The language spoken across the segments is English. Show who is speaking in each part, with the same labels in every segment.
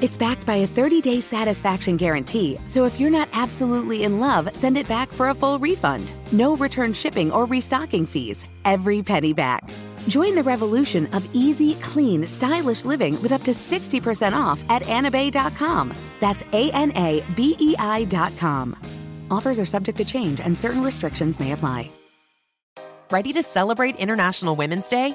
Speaker 1: It's backed by a 30 day satisfaction guarantee, so if you're not absolutely in love, send it back for a full refund. No return shipping or restocking fees. Every penny back. Join the revolution of easy, clean, stylish living with up to 60% off at anabay.com. That's A N A B E I.com. Offers are subject to change and certain restrictions may apply.
Speaker 2: Ready to celebrate International Women's Day?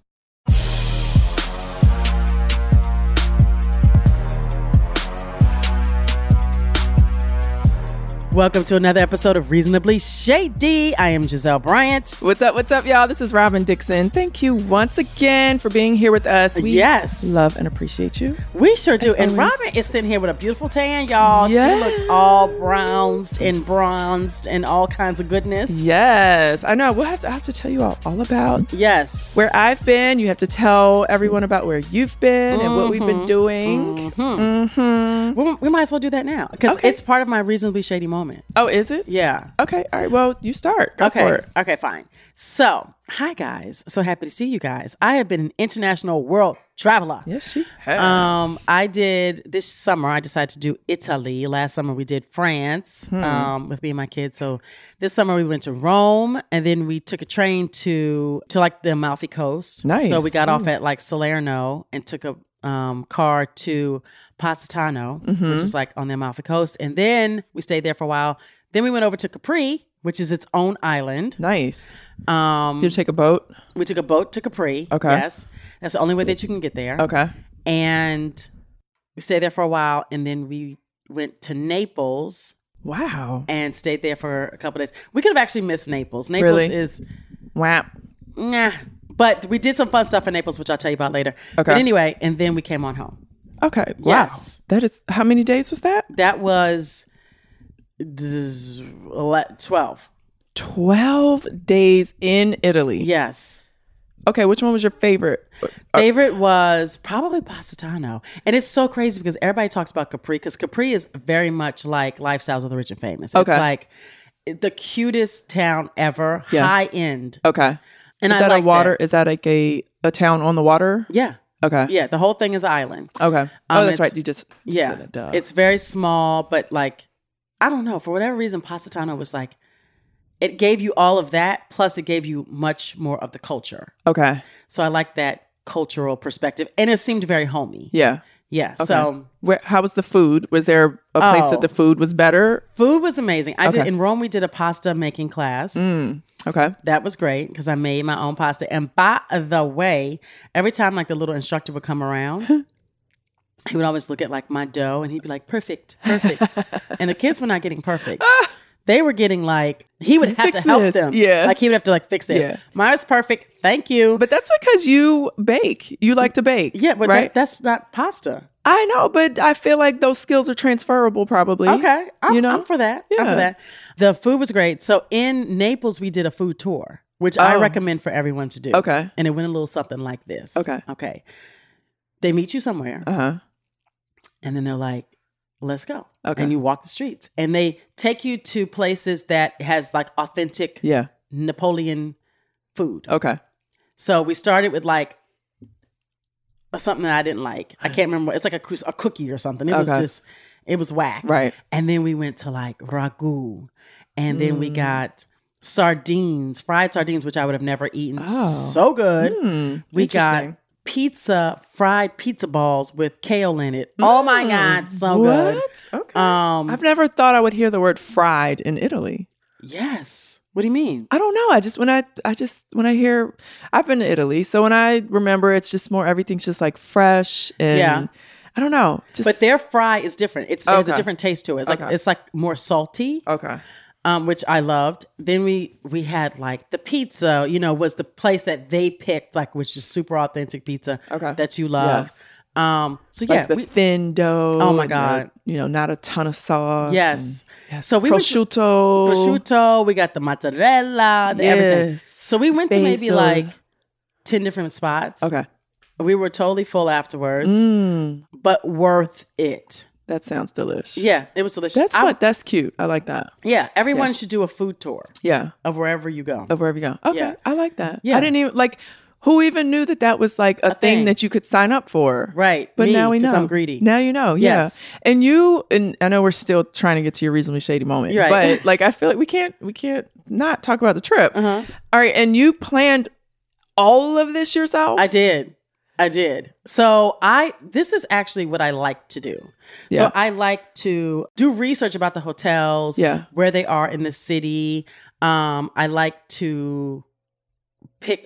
Speaker 3: Welcome to another episode of Reasonably Shady. I am Giselle Bryant.
Speaker 4: What's up, what's up, y'all? This is Robin Dixon. Thank you once again for being here with us. We
Speaker 3: Yes.
Speaker 4: love and appreciate you.
Speaker 3: We sure do.
Speaker 4: As
Speaker 3: And
Speaker 4: always.
Speaker 3: Robin is sitting here with a beautiful tan, y'all.
Speaker 4: Yes.
Speaker 3: She looks all browned and bronzed and all kinds of goodness.
Speaker 4: Yes, I know. We'll have to I have to tell you all, all about
Speaker 3: Yes.
Speaker 4: where I've been. You have to tell everyone about where you've been and what we've been doing. Mhm.
Speaker 3: Mm-hmm. We, we might as well do that now because
Speaker 4: Okay.
Speaker 3: it's part of my Reasonably Shady moment.
Speaker 4: Oh, is it?
Speaker 3: Yeah.
Speaker 4: Okay. All right. Well, you start. Go
Speaker 3: okay.
Speaker 4: for it.
Speaker 3: Okay, fine. So, hi, guys. So happy to see you guys. I have been an international world traveler.
Speaker 4: Yes, she has.
Speaker 3: Um, I did this summer. I decided to do Italy. Last summer we did France
Speaker 4: Hmm.
Speaker 3: um, with me and my kids. So this summer we went to Rome, and then we took a train to to like the Amalfi Coast.
Speaker 4: Nice. Hmm.
Speaker 3: So we got off at like Salerno and took a um, car to Positano,
Speaker 4: Mm-hmm.
Speaker 3: which is like on the Amalfi Coast, and then we stayed there for a while. Then we went over to Capri, which is its own island.
Speaker 4: nice.
Speaker 3: Um,
Speaker 4: You take a boat.
Speaker 3: we took a boat to Capri.
Speaker 4: Okay.
Speaker 3: Yes, that's the only way that you can get there
Speaker 4: Okay.
Speaker 3: and we We stayed there for a while, and then we went to Naples.
Speaker 4: Wow.
Speaker 3: And stayed there for a couple days. We could have actually missed Naples. Naples
Speaker 4: Really?
Speaker 3: is
Speaker 4: Wow.
Speaker 3: nah, but we did some fun stuff in Naples, which I'll tell you about later.
Speaker 4: Okay.
Speaker 3: But anyway, and then we came on home.
Speaker 4: Okay.
Speaker 3: Yes.
Speaker 4: Wow. That is how many days was that?
Speaker 3: That was this- ele- twelve.
Speaker 4: 12 days in Italy.
Speaker 3: Yes.
Speaker 4: Okay, which one was your favorite?
Speaker 3: Favorite was probably Positano. And it's so crazy because everybody talks about Capri because Capri is very much like Lifestyles of the Rich and Famous.
Speaker 4: Okay.
Speaker 3: It's like the cutest town ever,
Speaker 4: Yeah.
Speaker 3: high end.
Speaker 4: Okay.
Speaker 3: And
Speaker 4: is
Speaker 3: I
Speaker 4: that
Speaker 3: like
Speaker 4: a water?
Speaker 3: that.
Speaker 4: Is that like a, a town on the water?
Speaker 3: Yeah.
Speaker 4: Okay.
Speaker 3: Yeah. The whole thing is island.
Speaker 4: Okay. Oh,
Speaker 3: Um,
Speaker 4: that's
Speaker 3: it's-
Speaker 4: right. You just you
Speaker 3: yeah.
Speaker 4: said it, duh.
Speaker 3: It's very small, but like, I don't know. For whatever reason, Positano was like, it gave you all of that, plus it gave you much more of the culture.
Speaker 4: okay.
Speaker 3: So I like that cultural perspective. And it seemed very homey.
Speaker 4: Yeah.
Speaker 3: Yeah.
Speaker 4: Okay.
Speaker 3: So
Speaker 4: Where? How was the food? Was there a place
Speaker 3: Oh.
Speaker 4: that the food was better?
Speaker 3: food was amazing. I did
Speaker 4: Okay.
Speaker 3: in Rome. We did a pasta making class.
Speaker 4: Mm. Okay.
Speaker 3: That was great because I made my own pasta. And by the way, every time like the little instructor would come around, he would always look at like my dough and he'd be like, "Perfect, perfect." and the kids were not getting perfect. They were getting like he would have to
Speaker 4: Fix
Speaker 3: help
Speaker 4: this.
Speaker 3: them.
Speaker 4: Yeah.
Speaker 3: like he would have to like fix this.
Speaker 4: Yeah.
Speaker 3: Mine's perfect. Thank you.
Speaker 4: But that's because you bake. You like to bake.
Speaker 3: yeah, but
Speaker 4: right.
Speaker 3: that, that's not pasta.
Speaker 4: I know, but I feel like those skills are transferable, probably.
Speaker 3: Okay, I'm,
Speaker 4: you know,
Speaker 3: I'm for that. I'm
Speaker 4: Yeah.
Speaker 3: for that. The food was great. So in Naples, we did a food tour, which I
Speaker 4: Oh.
Speaker 3: recommend for everyone to do.
Speaker 4: Okay.
Speaker 3: and it went a little something like this.
Speaker 4: Okay.
Speaker 3: okay. They meet you somewhere,
Speaker 4: Uh huh.
Speaker 3: and then they're like, "Let's go."
Speaker 4: Okay.
Speaker 3: and you walk the streets, and they take you to places that has like authentic
Speaker 4: Yeah.
Speaker 3: Napoleon food.
Speaker 4: Okay.
Speaker 3: So we started with like something that I didn't like. I can't remember. It's like a, cous- a cookie or something. It was
Speaker 4: Okay.
Speaker 3: just, it was whack.
Speaker 4: Right.
Speaker 3: And then we went to like ragu, and then
Speaker 4: Mm.
Speaker 3: we got sardines, fried sardines, which I would have never eaten.
Speaker 4: Oh. Hmm.
Speaker 3: So good. we got
Speaker 4: Interesting.
Speaker 3: pizza, fried pizza balls with kale in it. Oh my god, so good.
Speaker 4: Hmm. what? Oh. Okay.
Speaker 3: Um,
Speaker 4: I've never thought I would hear the word fried in Italy.
Speaker 3: Yes. What do you mean?
Speaker 4: I don't know. I just when I I just when I hear I've been to Italy, so when I remember it's just more everything's just like fresh and
Speaker 3: Yeah.
Speaker 4: I don't know. Just
Speaker 3: But their fry is different. It's it has a
Speaker 4: Okay.
Speaker 3: different taste to it. It's like
Speaker 4: Okay.
Speaker 3: it's like more salty.
Speaker 4: okay.
Speaker 3: um, which I loved. Then we we had like the pizza, you know, was the place that they picked, like which is super authentic pizza
Speaker 4: Okay.
Speaker 3: that you love.
Speaker 4: Yes.
Speaker 3: Um, so
Speaker 4: Like
Speaker 3: yeah,
Speaker 4: the
Speaker 3: we-
Speaker 4: thin dough.
Speaker 3: Oh my
Speaker 4: and the,
Speaker 3: God.
Speaker 4: you know, not a ton of sauce.
Speaker 3: Yes.
Speaker 4: and- yes.
Speaker 3: So we went to-
Speaker 4: prosciutto.
Speaker 3: prosciutto, we got the mozzarella, the everything.
Speaker 4: Yes.
Speaker 3: So we went to maybe
Speaker 4: Basil.
Speaker 3: like ten different spots.
Speaker 4: Okay.
Speaker 3: we were totally full afterwards,
Speaker 4: Mm,
Speaker 3: but worth it.
Speaker 4: that sounds delicious.
Speaker 3: Yeah, it was delicious.
Speaker 4: That's
Speaker 3: I-
Speaker 4: what that's cute. I like that.
Speaker 3: yeah, everyone should do a food tour
Speaker 4: Yeah.
Speaker 3: of wherever you go.
Speaker 4: Of wherever you go. Okay.
Speaker 3: Yeah.
Speaker 4: I like that.
Speaker 3: Yeah.
Speaker 4: I didn't even like who even knew that that was like a, thing,
Speaker 3: thing.
Speaker 4: that you could sign up for.
Speaker 3: Right,
Speaker 4: But
Speaker 3: me,
Speaker 4: now we know.
Speaker 3: 'cause I'm greedy.
Speaker 4: Now you know. Yeah.
Speaker 3: Yes.
Speaker 4: And you and I know we're still trying to get to your reasonably shady moment.
Speaker 3: You're right.
Speaker 4: But like I feel like we can't we can't not talk about the trip.
Speaker 3: Uh-huh.
Speaker 4: All right. And you planned all of this yourself?
Speaker 3: I did. I did. So I this is actually what I like to do.
Speaker 4: Yeah.
Speaker 3: So I like to do research about the hotels,
Speaker 4: Yeah.
Speaker 3: where they are in the city. Um, I like to pick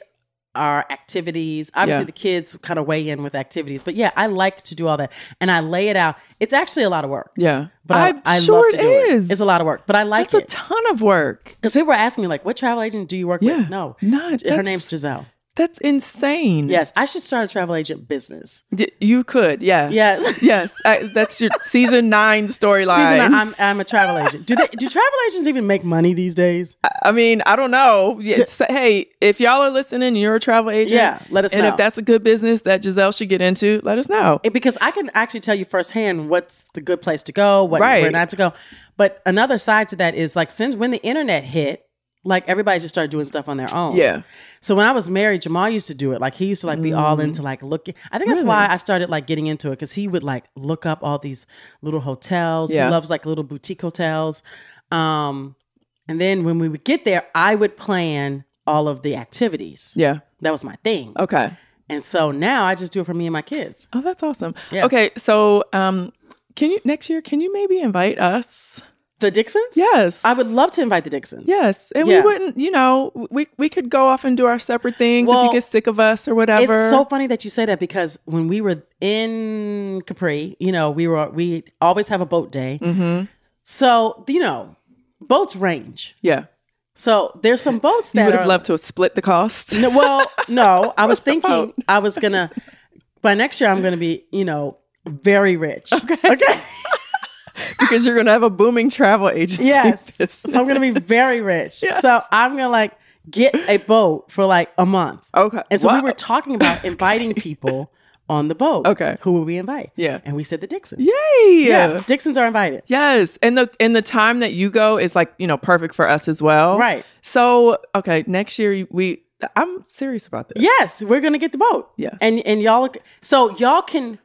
Speaker 3: our activities. Obviously
Speaker 4: Yeah.
Speaker 3: the kids kind of weigh in with activities, but yeah, I like to do all that. And I lay it out. It's actually a lot of work.
Speaker 4: Yeah.
Speaker 3: But
Speaker 4: I'm
Speaker 3: I, I
Speaker 4: sure
Speaker 3: love to
Speaker 4: it
Speaker 3: do
Speaker 4: is.
Speaker 3: it. It's a lot of work, but I like
Speaker 4: That's a
Speaker 3: it.
Speaker 4: ton of work.
Speaker 3: Because people were asking me, like, what travel agent do you work
Speaker 4: Yeah.
Speaker 3: with? No.
Speaker 4: Not-
Speaker 3: her
Speaker 4: that's-
Speaker 3: name's Giselle.
Speaker 4: That's insane.
Speaker 3: Yes, I should start a travel agent business.
Speaker 4: D- you could, yes.
Speaker 3: Yes.
Speaker 4: yes. I, that's your season nine storyline.
Speaker 3: Season, I'm I'm a travel agent. Do they do travel agents even make money these days?
Speaker 4: I mean, I don't know. Yeah, say- hey, if y'all are listening, you're a travel agent.
Speaker 3: Yeah, let us
Speaker 4: and
Speaker 3: know.
Speaker 4: if that's a good business that Giselle should get into, let us know.
Speaker 3: It- because I can actually tell you firsthand what's the good place to go, what where
Speaker 4: Right.
Speaker 3: not to go. But another side to that is like since when the internet hit, like everybody just started doing stuff on their own.
Speaker 4: Yeah.
Speaker 3: So when I was married, Jamal used to do it. Like he used to like be all into like looking. I think that's why I started like getting into it because he would like look up all these little hotels.
Speaker 4: Yeah.
Speaker 3: He loves like little boutique hotels. Um, and then when we would get there, I would plan all of the activities.
Speaker 4: Yeah.
Speaker 3: That was my thing.
Speaker 4: Okay.
Speaker 3: And so now I just do it for me and my kids.
Speaker 4: Oh, that's awesome.
Speaker 3: Yeah.
Speaker 4: Okay, so um, can you next year? Can you maybe invite us
Speaker 3: The Dixons?
Speaker 4: Yes.
Speaker 3: I would love to invite the Dixons.
Speaker 4: Yes, and
Speaker 3: Yeah.
Speaker 4: we wouldn't, you know, we we could go off and do our separate things if
Speaker 3: Well,
Speaker 4: you get sick of us or whatever.
Speaker 3: It's so funny that you say that because when we were in Capri, you know, we were we always have a boat day.
Speaker 4: Mhm.
Speaker 3: So you know, boats range.
Speaker 4: Yeah,
Speaker 3: So there's some boats that
Speaker 4: you would
Speaker 3: are-
Speaker 4: have loved to have split the cost.
Speaker 3: No, well, no, I was
Speaker 4: Oh.
Speaker 3: thinking I was gonna by next year I'm gonna be you know very rich.
Speaker 4: because you're gonna have a booming travel agency.
Speaker 3: Yes.
Speaker 4: business.
Speaker 3: so I'm gonna be very rich.
Speaker 4: Yes.
Speaker 3: So I'm gonna like get a boat for like a month.
Speaker 4: Okay.
Speaker 3: And so
Speaker 4: Wow.
Speaker 3: we were talking about inviting people on the boat.
Speaker 4: Okay.
Speaker 3: Who would we invite?
Speaker 4: Yeah.
Speaker 3: And we said the Dixons.
Speaker 4: Yay!
Speaker 3: Yeah. Dixons are invited.
Speaker 4: Yes, and the and the time that you go is like you know perfect for us as well.
Speaker 3: Right.
Speaker 4: So okay, next year we I'm serious about this.
Speaker 3: Yes, we're gonna get the boat.
Speaker 4: Yes.
Speaker 3: And and y'all so y'all can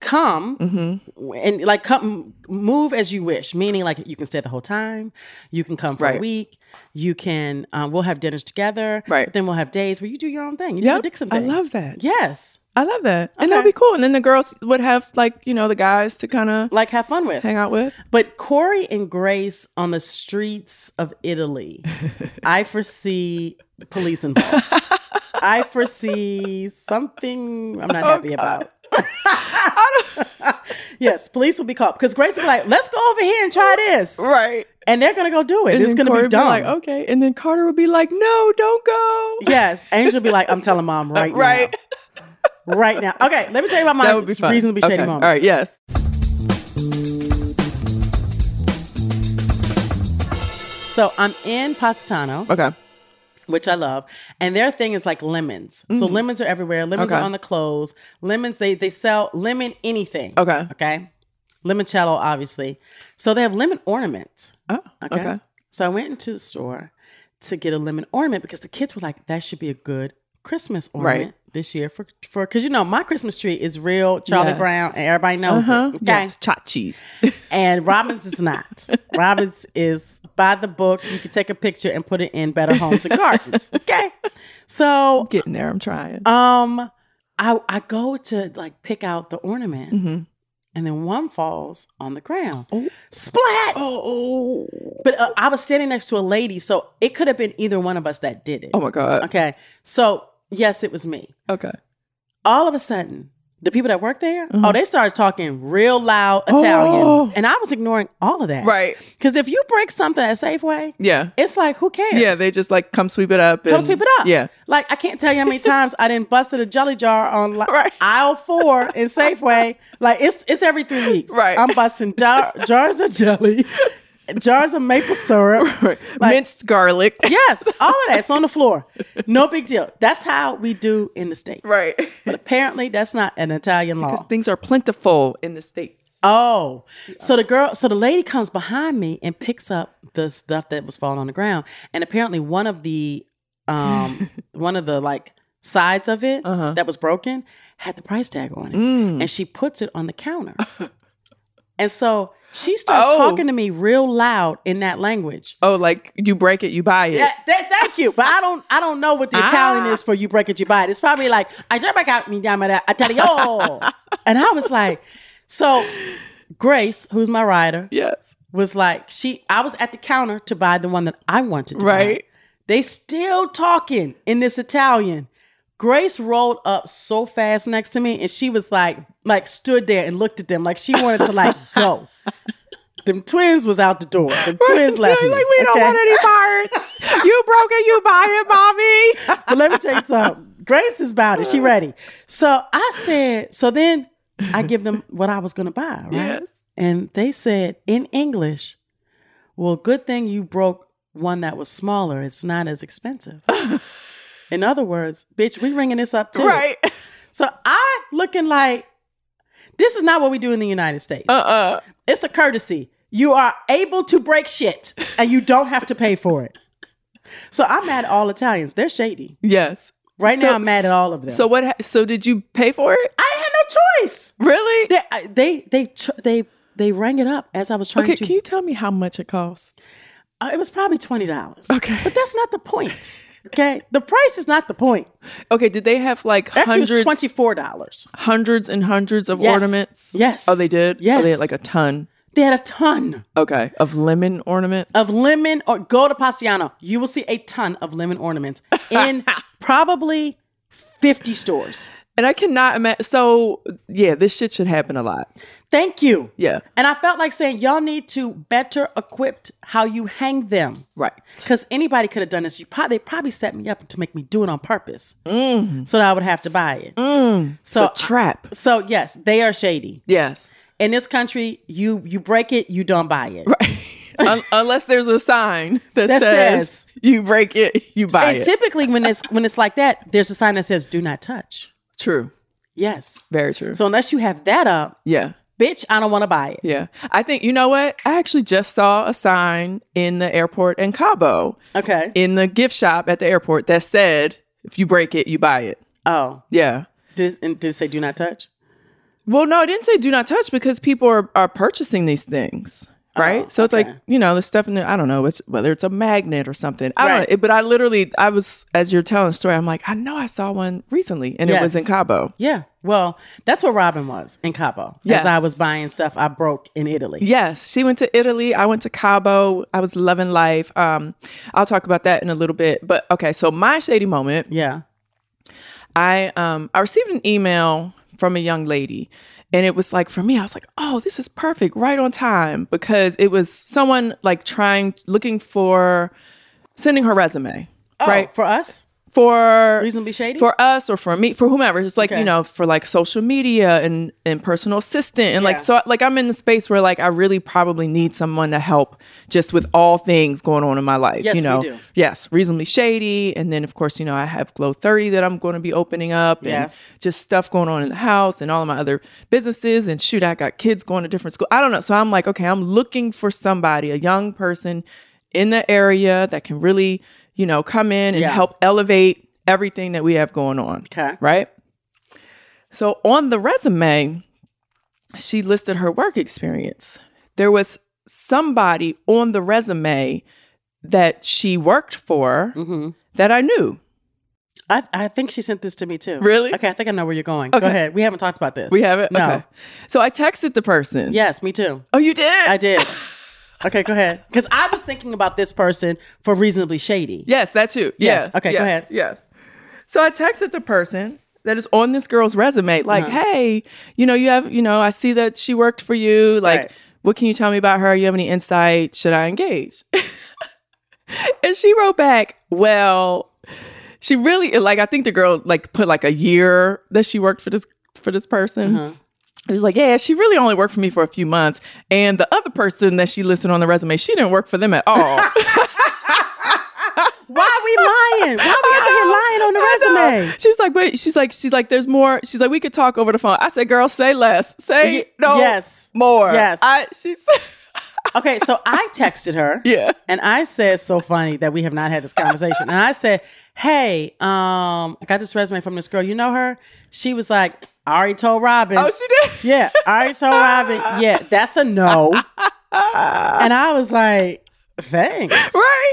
Speaker 3: come
Speaker 4: Mm-hmm.
Speaker 3: and like come move as you wish meaning like you can stay the whole time you can come for a
Speaker 4: Right.
Speaker 3: week you can um, we'll have dinners together
Speaker 4: Right.
Speaker 3: but then we'll have days where you do your own thing you do
Speaker 4: Yeah.
Speaker 3: the dixon
Speaker 4: I
Speaker 3: thing
Speaker 4: love that.
Speaker 3: yes
Speaker 4: I love that, and that'd
Speaker 3: Okay.
Speaker 4: be cool. And then the girls would have like you know the guys to kind of
Speaker 3: like have fun with
Speaker 4: hang out with.
Speaker 3: But Corey and Grace on the streets of Italy, I foresee police involved. I foresee something I'm not
Speaker 4: Oh,
Speaker 3: happy about. yes, police will be called because Grace will be like, "Let's go over here and try this,"
Speaker 4: Right.
Speaker 3: Oh, and they're gonna go do it.
Speaker 4: And
Speaker 3: it's
Speaker 4: then
Speaker 3: gonna
Speaker 4: Corey
Speaker 3: be
Speaker 4: would
Speaker 3: dumb.
Speaker 4: like okay, and then Carter would be like, no, don't go.
Speaker 3: Yes, Angel will be like, "I'm telling mom right,
Speaker 4: Right.
Speaker 3: now, right now." Okay, let me tell you about my
Speaker 4: that would be fun.
Speaker 3: reasonably shady
Speaker 4: Okay.
Speaker 3: moment.
Speaker 4: All right. Yes.
Speaker 3: So I'm in Positano.
Speaker 4: Okay.
Speaker 3: which I love. And their thing is like lemons. So lemons are everywhere. Lemons
Speaker 4: Mm-hmm. Okay.
Speaker 3: are on the clothes. Lemons, they they sell lemon anything.
Speaker 4: Okay.
Speaker 3: Okay. Limoncello, obviously. So they have lemon ornaments.
Speaker 4: Oh,
Speaker 3: Okay. So I went into the store to get a lemon ornament because the kids were like, that should be a good Christmas ornament this year for for because you know my Christmas tree is real Charlie
Speaker 4: Yes.
Speaker 3: Brown and everybody knows
Speaker 4: Uh-huh.
Speaker 3: it. Okay.
Speaker 4: Yes. Chat cheese.
Speaker 3: And Robbins is not. Robbins is by the book. You can take a picture and put it in Better Homes and Garden. Okay. So
Speaker 4: Getting there. I'm trying.
Speaker 3: um I I go to like pick out the ornament
Speaker 4: Mhm.
Speaker 3: and then one falls on the ground.
Speaker 4: Oh.
Speaker 3: Splat.
Speaker 4: Oh.
Speaker 3: But uh, I was standing next to a lady, so it could have been either one of us that did it.
Speaker 4: Oh my God.
Speaker 3: Okay. So, yes, it was me.
Speaker 4: Okay.
Speaker 3: all of a sudden, the people that work there, oh, they started talking real loud Italian.
Speaker 4: Uh-huh. Oh.
Speaker 3: And I was ignoring all of that.
Speaker 4: Right.
Speaker 3: Because if you break something at Safeway,
Speaker 4: Yeah.
Speaker 3: it's like, who cares?
Speaker 4: Yeah. They just like come sweep it up.
Speaker 3: Come
Speaker 4: and-
Speaker 3: sweep it up.
Speaker 4: Yeah.
Speaker 3: Like, I can't tell you how many times I didn't busted a jelly jar on like, aisle four in Safeway. Like, it's it's every three weeks.
Speaker 4: Right.
Speaker 3: I'm busting jar, jars of jelly, jars of maple syrup. Like-
Speaker 4: Minced garlic.
Speaker 3: Yes, all of that's on the floor. No big deal. That's how we do in the States.
Speaker 4: Right.
Speaker 3: But apparently, that's not an Italian law.
Speaker 4: Because things are plentiful in the states.
Speaker 3: Oh, so the girl, so the lady comes behind me and picks up the stuff that was falling on the ground, and apparently one of the, um, one of the like sides of it
Speaker 4: Uh-huh. Mm.
Speaker 3: that was broken had the price tag on it, and she puts it on the counter, and so she starts
Speaker 4: Oh.
Speaker 3: talking to me real loud in that language.
Speaker 4: Oh, like you break it, you buy it.
Speaker 3: Yeah, th- thank you, but I don't, I don't know what the Italian
Speaker 4: Ah.
Speaker 3: is for you break it, you buy it. It's probably like I just back out me yamada Italio, and I was like, so. Grace, who's my rider,
Speaker 4: Yes.
Speaker 3: was like she I was at the counter to buy the one that I wanted to buy.
Speaker 4: Right.
Speaker 3: They still talking in this Italian. Grace rolled up so fast next to me and she was like like stood there and looked at them like she wanted to like go. Them twins was out the door. Them twins
Speaker 4: They're
Speaker 3: left. me,
Speaker 4: like, we don't
Speaker 3: okay?
Speaker 4: want any parts. you broke it, you buy it, mommy.
Speaker 3: but let me tell you something. Grace is about it. She ready. So I said, so then I give them what I was gonna buy, right?
Speaker 4: Yes.
Speaker 3: And they said in English, well, good thing you broke one that was smaller. It's not as expensive. in other words, bitch, we ringing this up too.
Speaker 4: Right.
Speaker 3: So I looking like this is not what we do in the United States.
Speaker 4: Uh-uh.
Speaker 3: It's a courtesy. You are able to break shit and you don't have to pay for it. So I'm mad at all Italians. They're shady.
Speaker 4: Yes.
Speaker 3: Right
Speaker 4: So-
Speaker 3: now, I'm mad at all of them.
Speaker 4: So what? Ha- so did you pay for it?
Speaker 3: I had no choice.
Speaker 4: Really?
Speaker 3: They I- they they tr- they, they rang it up as I was trying
Speaker 4: okay.
Speaker 3: to.
Speaker 4: Can you tell me how much it costs?
Speaker 3: Uh, it was probably twenty dollars.
Speaker 4: Okay.
Speaker 3: but that's not the point. Okay, the price is not the point.
Speaker 4: Okay. Did they have like
Speaker 3: Actually, it was
Speaker 4: hundreds,
Speaker 3: twenty four dollars.
Speaker 4: hundreds and hundreds of
Speaker 3: Yes.
Speaker 4: ornaments?
Speaker 3: Yes.
Speaker 4: Oh, they did. Oh,
Speaker 3: Yes.
Speaker 4: they had like a ton.
Speaker 3: They had a ton.
Speaker 4: Okay. Of lemon ornaments.
Speaker 3: Of lemon or go to Pastiano. You will see a ton of lemon ornaments in probably 50 stores.
Speaker 4: And I cannot imagine. So, yeah, this shit should happen a lot.
Speaker 3: Thank you.
Speaker 4: Yeah.
Speaker 3: And I felt like saying, y'all need to better equipped how you hang them.
Speaker 4: Right.
Speaker 3: Because anybody could have done this. You probably, they probably set me up to make me do it on purpose
Speaker 4: Mm.
Speaker 3: so that I would have to buy it.
Speaker 4: So, Mm. trap.
Speaker 3: So, yes, they are shady.
Speaker 4: Yes.
Speaker 3: In this country, you you break it, you don't buy it.
Speaker 4: Un- unless there's a sign that,
Speaker 3: That
Speaker 4: says,
Speaker 3: says-
Speaker 4: you break it, you buy
Speaker 3: and
Speaker 4: it.
Speaker 3: typically when it's when it's like that, there's a sign that says do not touch.
Speaker 4: True.
Speaker 3: Yes.
Speaker 4: Very true.
Speaker 3: So unless you have that up,
Speaker 4: yeah.
Speaker 3: bitch, I don't want to buy it.
Speaker 4: Yeah. I think, you know what? I actually just saw a sign in the airport in Cabo,
Speaker 3: Okay.
Speaker 4: in the gift shop at the airport that said, if you break it, you buy it.
Speaker 3: oh.
Speaker 4: Yeah.
Speaker 3: Did, and did it say do not touch?
Speaker 4: Well, no, I didn't say do not touch because people are, are purchasing these things.
Speaker 3: Oh,
Speaker 4: Right. so it's like, you know, the stuff in the, I don't know, it's whether it's a magnet or something. I don't know.
Speaker 3: Right.
Speaker 4: It- but I literally, I was, as you're telling the story, I'm like, I know I saw one recently and it was
Speaker 3: Yes.
Speaker 4: in Cabo.
Speaker 3: Yeah. Well, that's where Robin was in Cabo.
Speaker 4: Yes.
Speaker 3: As I was buying stuff I broke in Italy.
Speaker 4: Yes, she went to Italy. I went to Cabo. I was loving life. Um, I'll talk about that in a little bit. But okay, so my shady moment.
Speaker 3: Yeah.
Speaker 4: I um I received an email from a young lady, and it was like for me, I was like, oh, this is perfect, right on time, because it was someone like trying looking for sending her resume.
Speaker 3: Oh,
Speaker 4: right
Speaker 3: For us?
Speaker 4: for
Speaker 3: Reasonably shady?
Speaker 4: for us or for me for whomever it's like
Speaker 3: Okay.
Speaker 4: you know for like social media and and personal assistant and like
Speaker 3: Yeah.
Speaker 4: so like i'm in the space where like i really probably need someone to help just with all things going on in my life
Speaker 3: Yes,
Speaker 4: you
Speaker 3: we
Speaker 4: know
Speaker 3: do.
Speaker 4: yes reasonably shady and then of course you know i have glow 30 that i'm going to be opening up
Speaker 3: Yes.
Speaker 4: and just stuff going on in the house and all of my other businesses and shoot i got kids going to different school i don't know so i'm like okay i'm looking for somebody a young person in the area that can really you know come in and
Speaker 3: Yeah.
Speaker 4: help elevate everything that we have going on.
Speaker 3: Okay.
Speaker 4: Right? So on the resume, she listed her work experience. There was somebody on the resume that she worked for
Speaker 3: Mm-hmm.
Speaker 4: that I knew.
Speaker 3: I, I think she sent this to me too.
Speaker 4: Really?
Speaker 3: Okay, I think I know where you're going.
Speaker 4: Okay.
Speaker 3: Go ahead. We haven't talked about this.
Speaker 4: We have it?
Speaker 3: No.
Speaker 4: Okay. So I texted the person.
Speaker 3: Yes, me too.
Speaker 4: Oh, you did?
Speaker 3: I did. okay, go ahead. Because I was thinking about this person for reasonably shady.
Speaker 4: Yes, that's you.
Speaker 3: Yes.
Speaker 4: Yeah.
Speaker 3: Okay, go
Speaker 4: Yeah.
Speaker 3: ahead.
Speaker 4: Yes. So I texted the person that is on this girl's resume, like, hey, you know, you have, you know, I see that she worked for you. Like,
Speaker 3: Right.
Speaker 4: what can you tell me about her? You have any insight? Should I engage? and she wrote back, well, she really like I think the girl like put like a year that she worked for this for this person. It was like, yeah, she really only worked for me for a few months. And the other person that she listed on the resume, she didn't work for them at all.
Speaker 3: Why are we lying? Why are we out here lying on the
Speaker 4: I know.
Speaker 3: resume?
Speaker 4: She was like, but she's like, she's like, there's more. She's like, we could talk over the phone. I said, girl, say less, say
Speaker 3: Ye-
Speaker 4: no,
Speaker 3: yes.
Speaker 4: more.
Speaker 3: Yes.
Speaker 4: I, she's,
Speaker 3: Okay, so I texted her.
Speaker 4: Yeah.
Speaker 3: And I said, so funny that we have not had this conversation. And I said, hey, um, I got this resume from this girl. You know her? She was like, I already told Robin.
Speaker 4: oh, she did.
Speaker 3: Yeah, I already told Robin. Yeah, that's a no. and I was like, thanks.
Speaker 4: Right,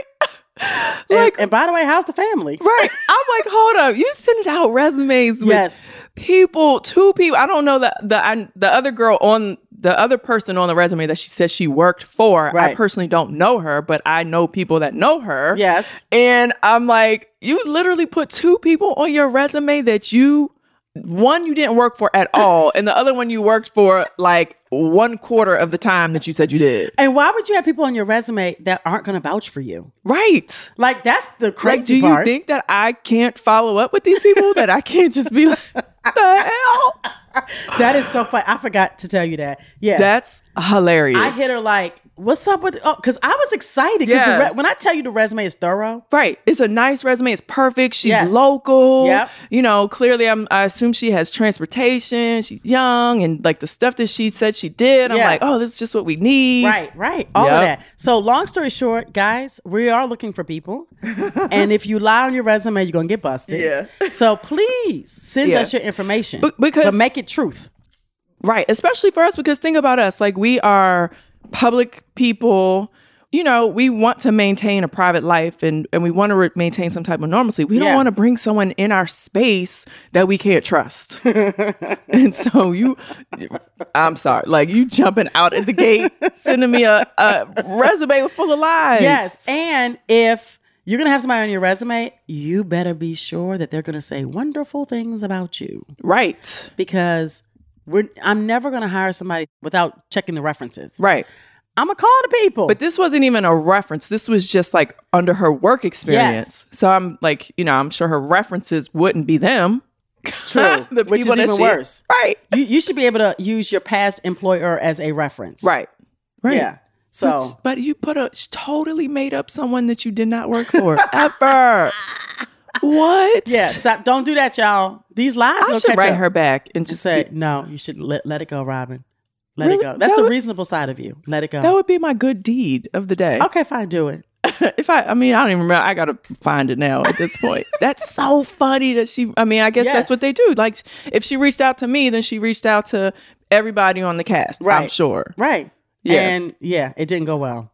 Speaker 3: And-
Speaker 4: like-
Speaker 3: and, by the way, how's the family?
Speaker 4: right. I'm like, hold up, you sending out resumes with
Speaker 3: Yes.
Speaker 4: people, two people. I don't know the the I, the other girl on the other person on the resume that she says she worked for. I
Speaker 3: Right.
Speaker 4: personally don't know her, but I know people that know her.
Speaker 3: Yes.
Speaker 4: And I'm like, you literally put two people on your resume that you one you didn't work for at all, and the other one you worked for like one quarter of the time that you said you did.
Speaker 3: And why would you have people on your resume that aren't going to vouch for you?
Speaker 4: Right.
Speaker 3: Like that's the crazy
Speaker 4: Like, do you
Speaker 3: part.
Speaker 4: think that I can't follow up with these people? that I can't just be like, the hell?
Speaker 3: that is so funny. I forgot to tell you that. Yeah,
Speaker 4: That's hilarious.
Speaker 3: I hit her like, "What's up with?" Oh, because I was excited. Because
Speaker 4: Yes.
Speaker 3: when I tell you the resume is thorough,
Speaker 4: Right. It's a nice resume. It's perfect. She's
Speaker 3: Yes.
Speaker 4: local.
Speaker 3: Yep.
Speaker 4: You know, clearly I'm I assume she has transportation. She's young and like the stuff that she said she did. I'm
Speaker 3: Yeah.
Speaker 4: like, oh, this is just what we need.
Speaker 3: right, right, all of
Speaker 4: Yep.
Speaker 3: that. So, long story short, guys, we are looking for people, and if you lie on your resume, you're gonna get busted.
Speaker 4: Yeah.
Speaker 3: So please send
Speaker 4: Yeah.
Speaker 3: us your information
Speaker 4: Be- because-
Speaker 3: but make it truth.
Speaker 4: Right. Especially for us, because think about us. Like we are public people. you know, we want to maintain a private life and, and we want to re- maintain some type of normalcy. We don't
Speaker 3: Yeah.
Speaker 4: want to bring someone in our space that we can't trust. and so you, I'm sorry, like you jumping out at the gate, sending me a, a resume full of lies.
Speaker 3: Yes. And if you're going to have somebody on your resume, you better be sure that they're going to say wonderful things about you.
Speaker 4: Right.
Speaker 3: Because we're I'm never going to hire somebody without checking the references.
Speaker 4: Right.
Speaker 3: I'm a call to people.
Speaker 4: But this wasn't even a reference. This was just like under her work experience. So I'm like, you know, I'm sure her references wouldn't be them.
Speaker 3: True.
Speaker 4: The
Speaker 3: which is
Speaker 4: people that
Speaker 3: even
Speaker 4: she-
Speaker 3: worse.
Speaker 4: Right.
Speaker 3: You, you should be able to use your past employer as a reference.
Speaker 4: Right. Right.
Speaker 3: Yeah. So
Speaker 4: But, but you put a she totally made up someone that you did not work for ever. What?
Speaker 3: yeah, stop. Don't do that, y'all. These lies.
Speaker 4: I
Speaker 3: gonna
Speaker 4: should
Speaker 3: catch
Speaker 4: write
Speaker 3: up.
Speaker 4: her back and
Speaker 3: Just
Speaker 4: just
Speaker 3: say
Speaker 4: say
Speaker 3: no. You should let let it go, Robin. Let
Speaker 4: Really?
Speaker 3: it go. That's
Speaker 4: That
Speaker 3: the
Speaker 4: would-
Speaker 3: reasonable side of you. Let it go.
Speaker 4: that would be my good deed of the day.
Speaker 3: okay, fine. Do it.
Speaker 4: if I, I mean, I don't even remember. I gotta find it now at this point. that's so funny that she. I mean, I guess
Speaker 3: Yes.
Speaker 4: that's what they do. Like, if she reached out to me, then she reached out to everybody on the cast. I'm
Speaker 3: Right.
Speaker 4: sure.
Speaker 3: Right.
Speaker 4: Yeah.
Speaker 3: And yeah, it didn't go well.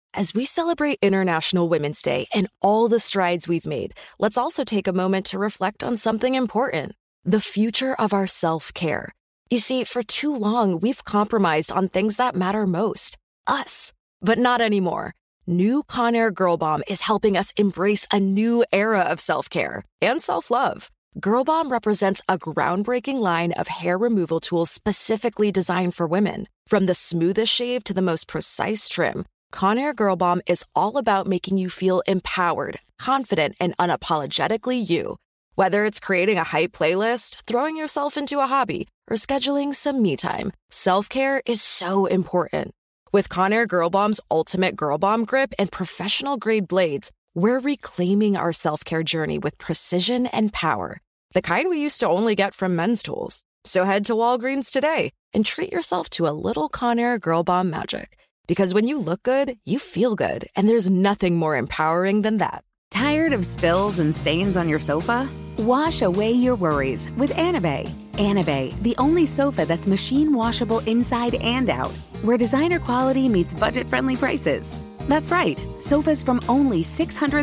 Speaker 5: As we celebrate International Women's Day and all the strides we've made, let's also take a moment to reflect on something important the future of our self care. You see, for too long, we've compromised on things that matter most us, but not anymore. New Conair Girl Bomb is helping us embrace a new era of self care and self love. Girl Bomb represents a groundbreaking line of hair removal tools specifically designed for women. From the smoothest shave to the most precise trim, Conair Girl Bomb is all about making you feel empowered, confident, and unapologetically you. Whether it's creating a hype playlist, throwing yourself into a hobby, or scheduling some me time, self care is so important. With Conair Girl Bomb's ultimate Girl Bomb grip and professional grade blades, we're reclaiming our self care journey with precision and power, the kind we used to only get from men's tools. So head to Walgreens today and treat yourself to a little Conair Girl Bomb magic. Because when you look good, you feel good, and there's nothing more empowering than that.
Speaker 1: Tired of spills and stains on your sofa? Wash away your worries with Anabay. Anabay, the only sofa that's machine washable inside and out, where designer quality meets budget friendly prices. That's right, sofas from only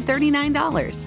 Speaker 1: $639.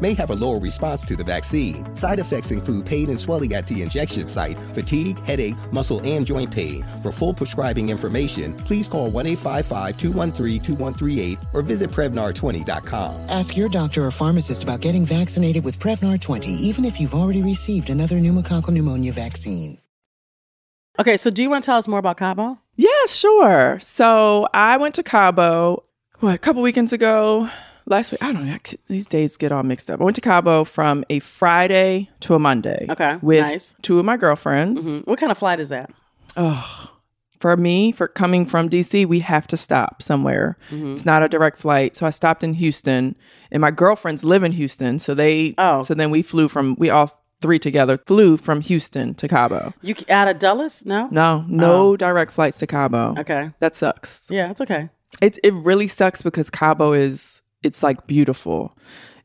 Speaker 6: may have a lower response to the vaccine. Side effects include pain and swelling at the injection site, fatigue, headache, muscle, and joint pain. For full prescribing information, please call 1 855 213 2138 or visit Prevnar20.com.
Speaker 7: Ask your doctor or pharmacist about getting vaccinated with Prevnar 20, even if you've already received another pneumococcal pneumonia vaccine.
Speaker 3: Okay, so do you want to tell us more about Cabo?
Speaker 4: Yeah, sure. So I went to Cabo what, a couple weekends ago. Last week, I don't know. I could- these days get all mixed up. I went to Cabo from a Friday to a Monday.
Speaker 3: Okay,
Speaker 4: with
Speaker 3: nice.
Speaker 4: two of my girlfriends.
Speaker 3: Mhm. What kind of flight is that?
Speaker 4: Oh, for me, for coming from DC, we have to stop somewhere.
Speaker 3: Mhm.
Speaker 4: It's not a direct flight, so I stopped in Houston, and my girlfriends live in Houston, so they. Oh. So then we flew from we all three together flew from Houston to Cabo.
Speaker 3: You c- out of Dulles? No.
Speaker 4: No, no direct flights to Cabo.
Speaker 3: Oh. Okay.
Speaker 4: that sucks.
Speaker 3: Yeah, it's okay.
Speaker 4: It it really sucks because Cabo is it's like beautiful.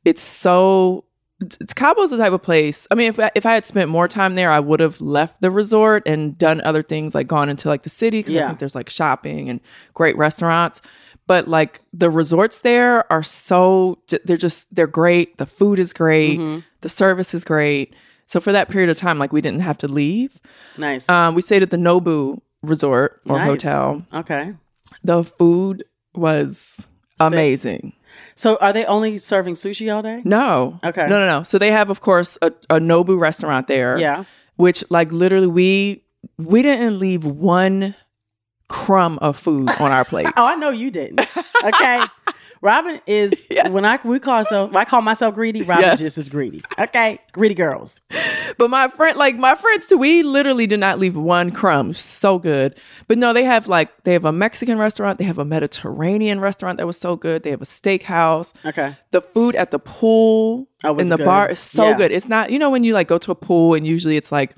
Speaker 4: It's so it's, Cabo's the type of place. I mean, if I, if I had spent more time there, I would have left the resort and done other things like gone into like the city because I
Speaker 3: Yeah.
Speaker 4: think there's like shopping and great restaurants. But like the resorts there are so j- they're just they're great. The food is great.
Speaker 3: Mm-hmm.
Speaker 4: The service is great. So for that period of time, like we didn't have to leave.
Speaker 3: Nice.
Speaker 4: Um, we stayed at the Nobu Resort or
Speaker 3: Nice.
Speaker 4: hotel.
Speaker 3: Okay.
Speaker 4: The food was amazing.
Speaker 3: So are they only serving sushi all day?
Speaker 4: No.
Speaker 3: Okay.
Speaker 4: No, no, no. So they have, of course, a, a Nobu restaurant there.
Speaker 3: Yeah.
Speaker 4: Which, like, literally, we we didn't leave one crumb of food on our plate.
Speaker 3: Oh, I know you didn't. Okay. Robin is when I we call so I call myself greedy. Robin
Speaker 4: Yes.
Speaker 3: just is greedy. Okay, greedy girls.
Speaker 4: but my friend, like my friends too, we literally did not leave one crumb. So good. But no, they have like they have a Mexican restaurant, they have a Mediterranean restaurant that was so good. They have a steakhouse.
Speaker 3: Okay.
Speaker 4: The food at the pool
Speaker 3: Oh, was
Speaker 4: in the
Speaker 3: good.
Speaker 4: bar is so
Speaker 3: Yeah.
Speaker 4: good. It's not you know when you like go to a pool and usually it's like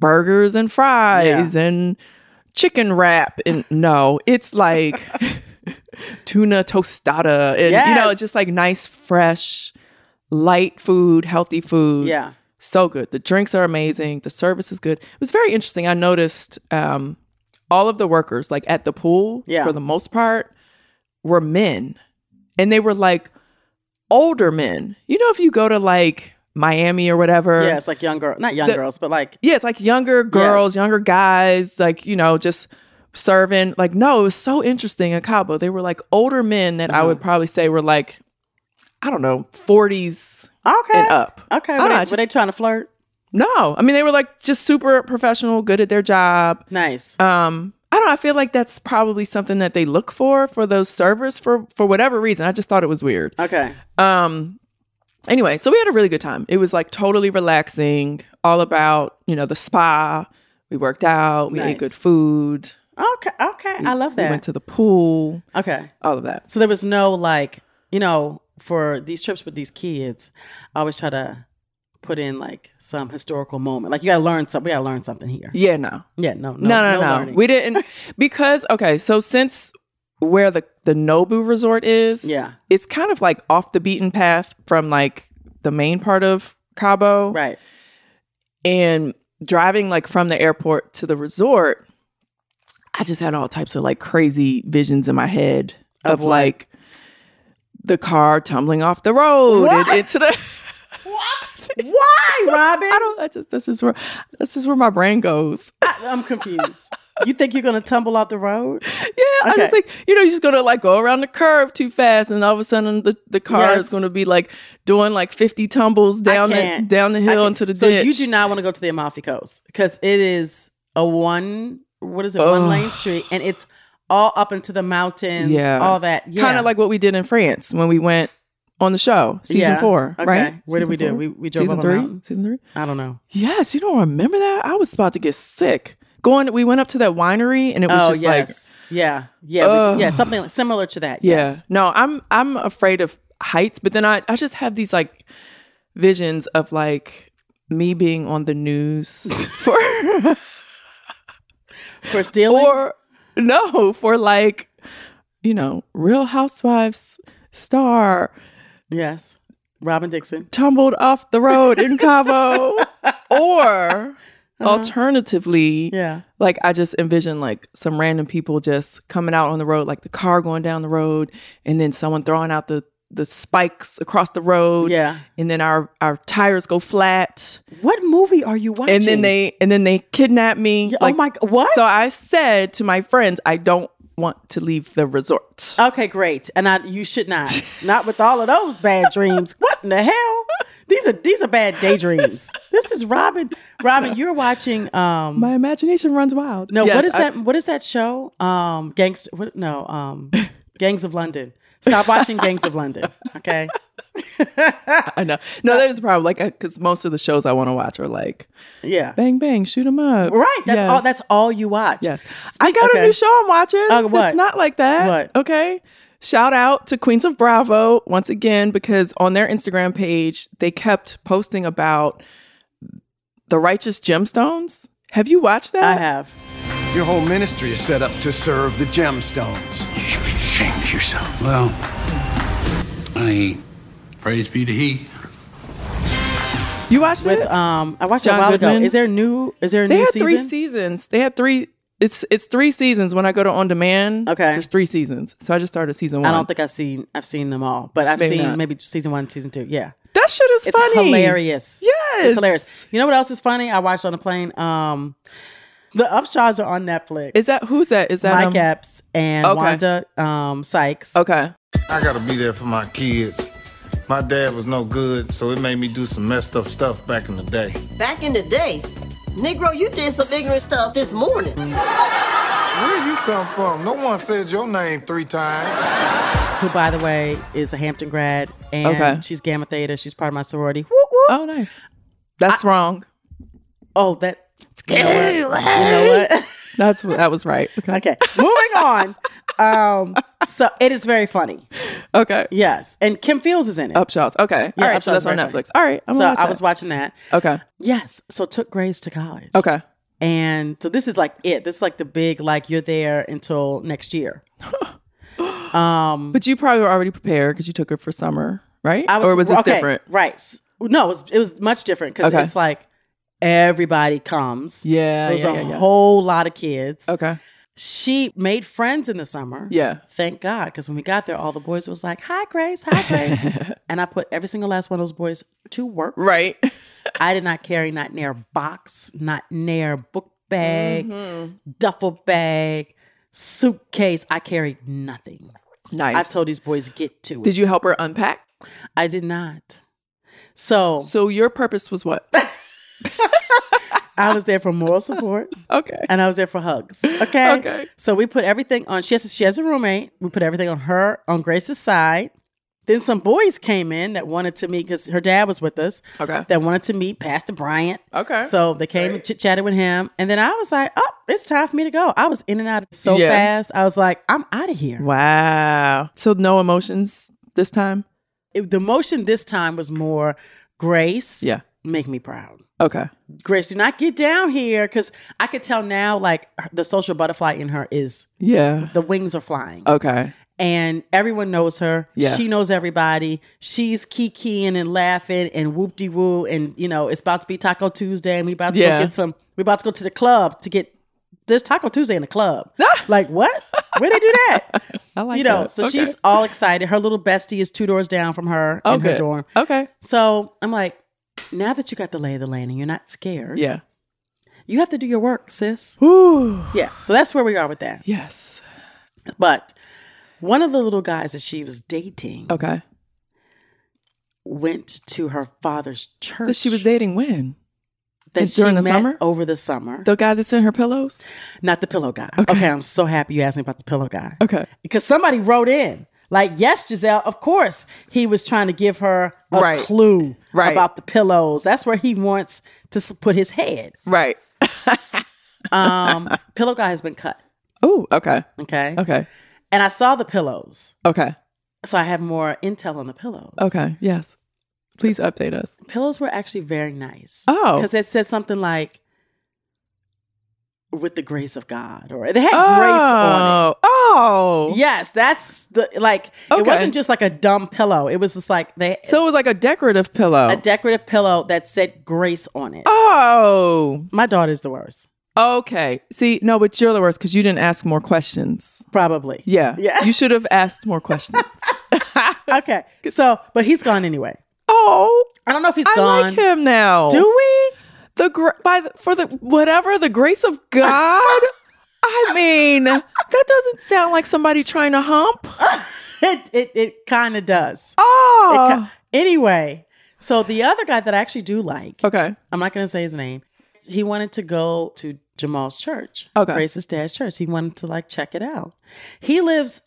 Speaker 4: burgers and fries and chicken wrap and no, it's like tuna tostada and you know it's just like nice fresh light food, healthy food.
Speaker 3: Yeah.
Speaker 4: So good. The drinks are amazing. The service is good. It was very interesting. I noticed um, all of the workers, like at the pool,
Speaker 3: Yeah.
Speaker 4: for the most part, were men. And they were like older men. You know, if you go to like Miami or whatever.
Speaker 3: yeah, it's like young girl, not young
Speaker 4: The-
Speaker 3: girls, but like
Speaker 4: Yeah, it's like younger girls, younger guys, like, you know, just serving. Like, no, it was so interesting in Cabo. They were like older men that I
Speaker 3: Uh-huh.
Speaker 4: would probably say were like, I don't know, 40s
Speaker 3: okay,
Speaker 4: and up.
Speaker 3: okay.
Speaker 4: I
Speaker 3: Were
Speaker 4: don't
Speaker 3: they,
Speaker 4: know,
Speaker 3: were they
Speaker 4: just-
Speaker 3: trying to flirt?
Speaker 4: No, I mean they were like just super professional, good at their job.
Speaker 3: Nice.
Speaker 4: Um, I don't. know, I feel like that's probably something that they look for for those servers for for whatever reason. I just thought it was weird.
Speaker 3: Okay.
Speaker 4: Um, anyway, so we had a really good time. It was like totally relaxing, all about you know the spa. We worked out. We ate
Speaker 3: Nice.
Speaker 4: good food.
Speaker 3: Okay. Okay. I love
Speaker 4: We
Speaker 3: that.
Speaker 4: went to the pool.
Speaker 3: okay.
Speaker 4: All of that.
Speaker 3: So there was no like, you know, for these trips with these kids, I always try to put in like some historical moment. Like you gotta learn something. We gotta learn something here.
Speaker 4: Yeah. No.
Speaker 3: Yeah, no, no,
Speaker 4: no, no,
Speaker 3: no
Speaker 4: no.
Speaker 3: learning.
Speaker 4: We didn't because okay. So since where the the Nobu Resort is,
Speaker 3: Yeah.
Speaker 4: it's kind of like off the beaten path from like the main part of Cabo,
Speaker 3: Right.
Speaker 4: And driving like from the airport to the resort, I just had all types of like crazy visions in my head
Speaker 3: Of
Speaker 4: of,
Speaker 3: what?
Speaker 4: like the car tumbling off the road
Speaker 3: What?
Speaker 4: and into the.
Speaker 3: Why, Robin?
Speaker 4: I don't. I just. This is where. This is where my brain goes.
Speaker 3: I, I'm confused. you think you're gonna tumble off the road?
Speaker 4: Yeah, I
Speaker 3: Okay.
Speaker 4: just think you know you're just gonna like go around the curve too fast, and all of a sudden the, the car
Speaker 3: Yes.
Speaker 4: is gonna be like doing like fifty tumbles down the
Speaker 3: can't.
Speaker 4: down the
Speaker 3: I
Speaker 4: hill
Speaker 3: can-
Speaker 4: into the
Speaker 3: so
Speaker 4: ditch.
Speaker 3: you do not want to go to the Amalfi Coast because it is a one what is it one
Speaker 4: Ugh.
Speaker 3: lane street and it's all up into the mountains
Speaker 4: Yeah.
Speaker 3: all that yeah.
Speaker 4: Kind of like what we did in France when we went on the show season
Speaker 3: Yeah.
Speaker 4: four,
Speaker 3: Okay.
Speaker 4: right?
Speaker 3: What did we
Speaker 4: Season
Speaker 3: do?
Speaker 4: four?
Speaker 3: We- we drove
Speaker 4: season
Speaker 3: up a
Speaker 4: three.
Speaker 3: mountain?
Speaker 4: season three.
Speaker 3: I don't know
Speaker 4: Yes, you don't remember that? I was about to get sick. Going, we went up to that winery, and it was
Speaker 3: oh
Speaker 4: just like
Speaker 3: yes yeah yeah we
Speaker 4: Ugh.
Speaker 3: did- yeah something like- similar to that
Speaker 4: Yeah.
Speaker 3: yes
Speaker 4: No, I'm I'm afraid of heights, but then I, I just have these like visions of like me being on the news for
Speaker 3: for stealing
Speaker 4: or no, for like, you know, Real Housewives star
Speaker 3: yes Robin Dixon
Speaker 4: tumbled off the road in Cabo. or alternatively,
Speaker 3: Uh-huh. yeah
Speaker 4: like I just envision like some random people just coming out on the road, like the car going down the road, and then someone throwing out the the spikes across the road.
Speaker 3: Yeah.
Speaker 4: And then our our tires go flat.
Speaker 3: what movie are you watching
Speaker 4: And then they and then they kidnap me.
Speaker 3: Yeah, oh my g- what?
Speaker 4: So I said to my friends, I don't want to leave the resort.
Speaker 3: Okay, great. And I, you should not. Not with all of those bad dreams. What in the hell? These are these are bad daydreams. This is Robin. Robin, you're watching. Um,
Speaker 4: my imagination runs wild.
Speaker 3: no, what
Speaker 4: Yes,
Speaker 3: is
Speaker 4: I-
Speaker 3: that? What is that show? Um, gangster. What, no, um, Gangs of London. Stop watching Gangs of London. Okay.
Speaker 4: I know. No, that is a problem. Like, because most of the shows I want to watch are like,
Speaker 3: Yeah.
Speaker 4: bang bang, shoot 'em up.
Speaker 3: Right. That's all.
Speaker 4: Yes.
Speaker 3: That's all you watch.
Speaker 4: Yes. I
Speaker 3: Speak-
Speaker 4: got
Speaker 3: okay.
Speaker 4: a new show I'm watching.
Speaker 3: Uh, what?
Speaker 4: It's not like that.
Speaker 3: What?
Speaker 4: Okay. Shout out to Queens of Bravo once again because on their Instagram page they kept posting about the Righteous Gemstones. Have you watched that?
Speaker 3: I have.
Speaker 8: Your whole ministry is set up to serve the gemstones.
Speaker 9: You should be ashamed of yourself. Well, I ain't. Praise be to He.
Speaker 4: You watched
Speaker 3: With
Speaker 4: it?
Speaker 3: um, I watched it
Speaker 4: John
Speaker 3: a while
Speaker 4: Goodman.
Speaker 3: ago. Is there a new? Is there a
Speaker 4: They
Speaker 3: new
Speaker 4: had
Speaker 3: season?
Speaker 4: three seasons. They had three. It's it's three seasons. When I go to on demand,
Speaker 3: Okay.
Speaker 4: there's three seasons. So I just started season one.
Speaker 3: I don't think I've seen. I've seen them all, but I've
Speaker 4: Maybe
Speaker 3: seen
Speaker 4: not.
Speaker 3: maybe season one, season two. Yeah.
Speaker 4: that shit is
Speaker 3: It's
Speaker 4: funny.
Speaker 3: hilarious.
Speaker 4: Yes.
Speaker 3: It's hilarious. You know what else is funny? I watched on the plane. Um, the upshots are on Netflix.
Speaker 4: Is that who's that? Is that
Speaker 3: Mike
Speaker 4: um,
Speaker 3: Epps and
Speaker 4: Okay.
Speaker 3: Wanda um, Sykes.
Speaker 4: Okay.
Speaker 10: I gotta be there for my kids. My dad was no good, so it made me do some messed up stuff back in the day.
Speaker 11: Back in the day, Negro, you did some ignorant stuff this morning.
Speaker 10: Where you come from? No one said your name three times.
Speaker 3: Who, by the way, is a Hampton grad, and
Speaker 4: Okay.
Speaker 3: she's Gamma Theta. She's part of my sorority.
Speaker 4: Oh, nice. That's wrong.
Speaker 3: Oh, that. You know what? You know what?
Speaker 4: That's that was right. Okay.
Speaker 3: Okay, moving on. Um, so it is very funny.
Speaker 4: Okay.
Speaker 3: Yes, and Kim Fields is in it.
Speaker 4: Upshots. Okay.
Speaker 3: Yeah,
Speaker 4: All right.
Speaker 3: Upshaw's
Speaker 4: So that's on
Speaker 3: very funny.
Speaker 4: Netflix. All right. I'm
Speaker 3: so
Speaker 4: gonna watch
Speaker 3: I
Speaker 4: that.
Speaker 3: was watching that.
Speaker 4: Okay.
Speaker 3: Yes. So took Grace to college.
Speaker 4: Okay.
Speaker 3: And so this is like it. This is like the big like you're there until next year. um
Speaker 4: But you probably were already prepared because you took it for summer, right? or was this
Speaker 3: okay,
Speaker 4: different?
Speaker 3: Right. S- No, it was it was much different because
Speaker 4: Okay.
Speaker 3: it's like everybody comes.
Speaker 4: Yeah.
Speaker 3: There's
Speaker 4: yeah,
Speaker 3: a
Speaker 4: yeah, yeah.
Speaker 3: whole lot of kids.
Speaker 4: Okay.
Speaker 3: She made friends in the summer.
Speaker 4: Yeah.
Speaker 3: Thank God. Because when we got there, all the boys was like, Hi Grace, hi Grace. and I put every single last one of those boys to work.
Speaker 4: Right.
Speaker 3: I did not carry not near box, not near book bag,
Speaker 4: Mm-hmm.
Speaker 3: duffel bag, suitcase. I carried nothing.
Speaker 4: Nice.
Speaker 3: I told these boys get to it.
Speaker 4: Did you help her unpack?
Speaker 3: I did not. So,
Speaker 4: So your purpose was what?
Speaker 3: I was there for moral support
Speaker 4: okay.
Speaker 3: and I was there for hugs. Okay.
Speaker 4: Okay.
Speaker 3: So we put everything on. She has she has a roommate. We put everything on her on Grace's side. Then some boys came in that wanted to meet because her dad was with us.
Speaker 4: Okay.
Speaker 3: That wanted to meet Pastor Bryant.
Speaker 4: Okay.
Speaker 3: So they came and chit chatted with him. And then I was like, oh, it's time for me to go. I was in and out so
Speaker 4: Yeah.
Speaker 3: fast. I was like, I'm out of here.
Speaker 4: Wow. So no emotions this time.
Speaker 3: It- the motion this time was more grace.
Speaker 4: Yeah.
Speaker 3: Make me proud.
Speaker 4: Okay.
Speaker 3: Grace, do not get down here because I could tell now, like, her- the social butterfly in her is
Speaker 4: Yeah.
Speaker 3: the wings are flying.
Speaker 4: Okay.
Speaker 3: and everyone knows her.
Speaker 4: Yeah.
Speaker 3: She knows everybody. She's kikiing and laughing and whoop de woo. And you know, it's about to be Taco Tuesday, and we about to
Speaker 4: Yeah.
Speaker 3: go get some. We about to go to the club to get there's Taco Tuesday in the club. like what? Where they do that? I
Speaker 4: Ah! like
Speaker 3: you know.
Speaker 4: that.
Speaker 3: So
Speaker 4: Okay.
Speaker 3: she's all excited. Her little bestie is two doors down from her
Speaker 4: Oh,
Speaker 3: in her
Speaker 4: good.
Speaker 3: dorm.
Speaker 4: Okay.
Speaker 3: So I'm like, now that you got the lay of the land and you're not scared,
Speaker 4: Yeah.
Speaker 3: you have to do your work, sis. Yeah. So that's where we are with that.
Speaker 4: Yes.
Speaker 3: But one of the little guys that she was dating,
Speaker 4: okay,
Speaker 3: went to her father's church.
Speaker 4: That she was dating when?
Speaker 3: that
Speaker 4: It's during
Speaker 3: she
Speaker 4: the
Speaker 3: met
Speaker 4: summer?
Speaker 3: Over the summer.
Speaker 4: The guy that's in her pillows?
Speaker 3: Not the pillow guy. Okay. I'm so happy you asked me about the pillow guy.
Speaker 4: Okay.
Speaker 3: Because somebody wrote in, like, yes, Giselle, of course, he was trying to give her a
Speaker 4: Right.
Speaker 3: clue
Speaker 4: Right.
Speaker 3: about the pillows. That's where he wants to s- put his head.
Speaker 4: Right.
Speaker 3: um, pillow guy has been cut.
Speaker 4: Oh, okay.
Speaker 3: Okay.
Speaker 4: Okay.
Speaker 3: And I saw the pillows.
Speaker 4: Okay.
Speaker 3: So I have more intel on the pillows.
Speaker 4: Okay. Yes. Please update us.
Speaker 3: Pillows were actually very nice.
Speaker 4: Oh.
Speaker 3: Because it said something like, with the grace of God, or they had grace on
Speaker 4: Oh.
Speaker 3: it.
Speaker 4: Oh.
Speaker 3: Yes, that's the like. It
Speaker 4: Okay.
Speaker 3: wasn't just like a dumb pillow. It was just like they
Speaker 4: So it was like a decorative pillow.
Speaker 3: a decorative pillow that said grace on it.
Speaker 4: oh.
Speaker 3: My daughter's the worst.
Speaker 4: Okay. See, no, but you're the worst because you didn't ask more questions.
Speaker 3: Probably.
Speaker 4: Yeah.
Speaker 3: Yeah.
Speaker 4: You should have asked more questions.
Speaker 3: okay. So, but he's gone anyway.
Speaker 4: Oh,
Speaker 3: I don't know if he's
Speaker 4: I
Speaker 3: gone.
Speaker 4: like him now.
Speaker 3: Do we?
Speaker 4: The gra- by the, for the whatever the grace of God. I mean, that doesn't sound like somebody trying to hump.
Speaker 3: it it, it kind of does.
Speaker 4: Oh.
Speaker 3: It ki- anyway, so the other guy that I actually do like.
Speaker 4: Okay.
Speaker 3: I'm not going to say his name. He wanted to go to Jamal's church.
Speaker 4: Okay.
Speaker 3: Grace's dad's church. He wanted to like check it out. He lives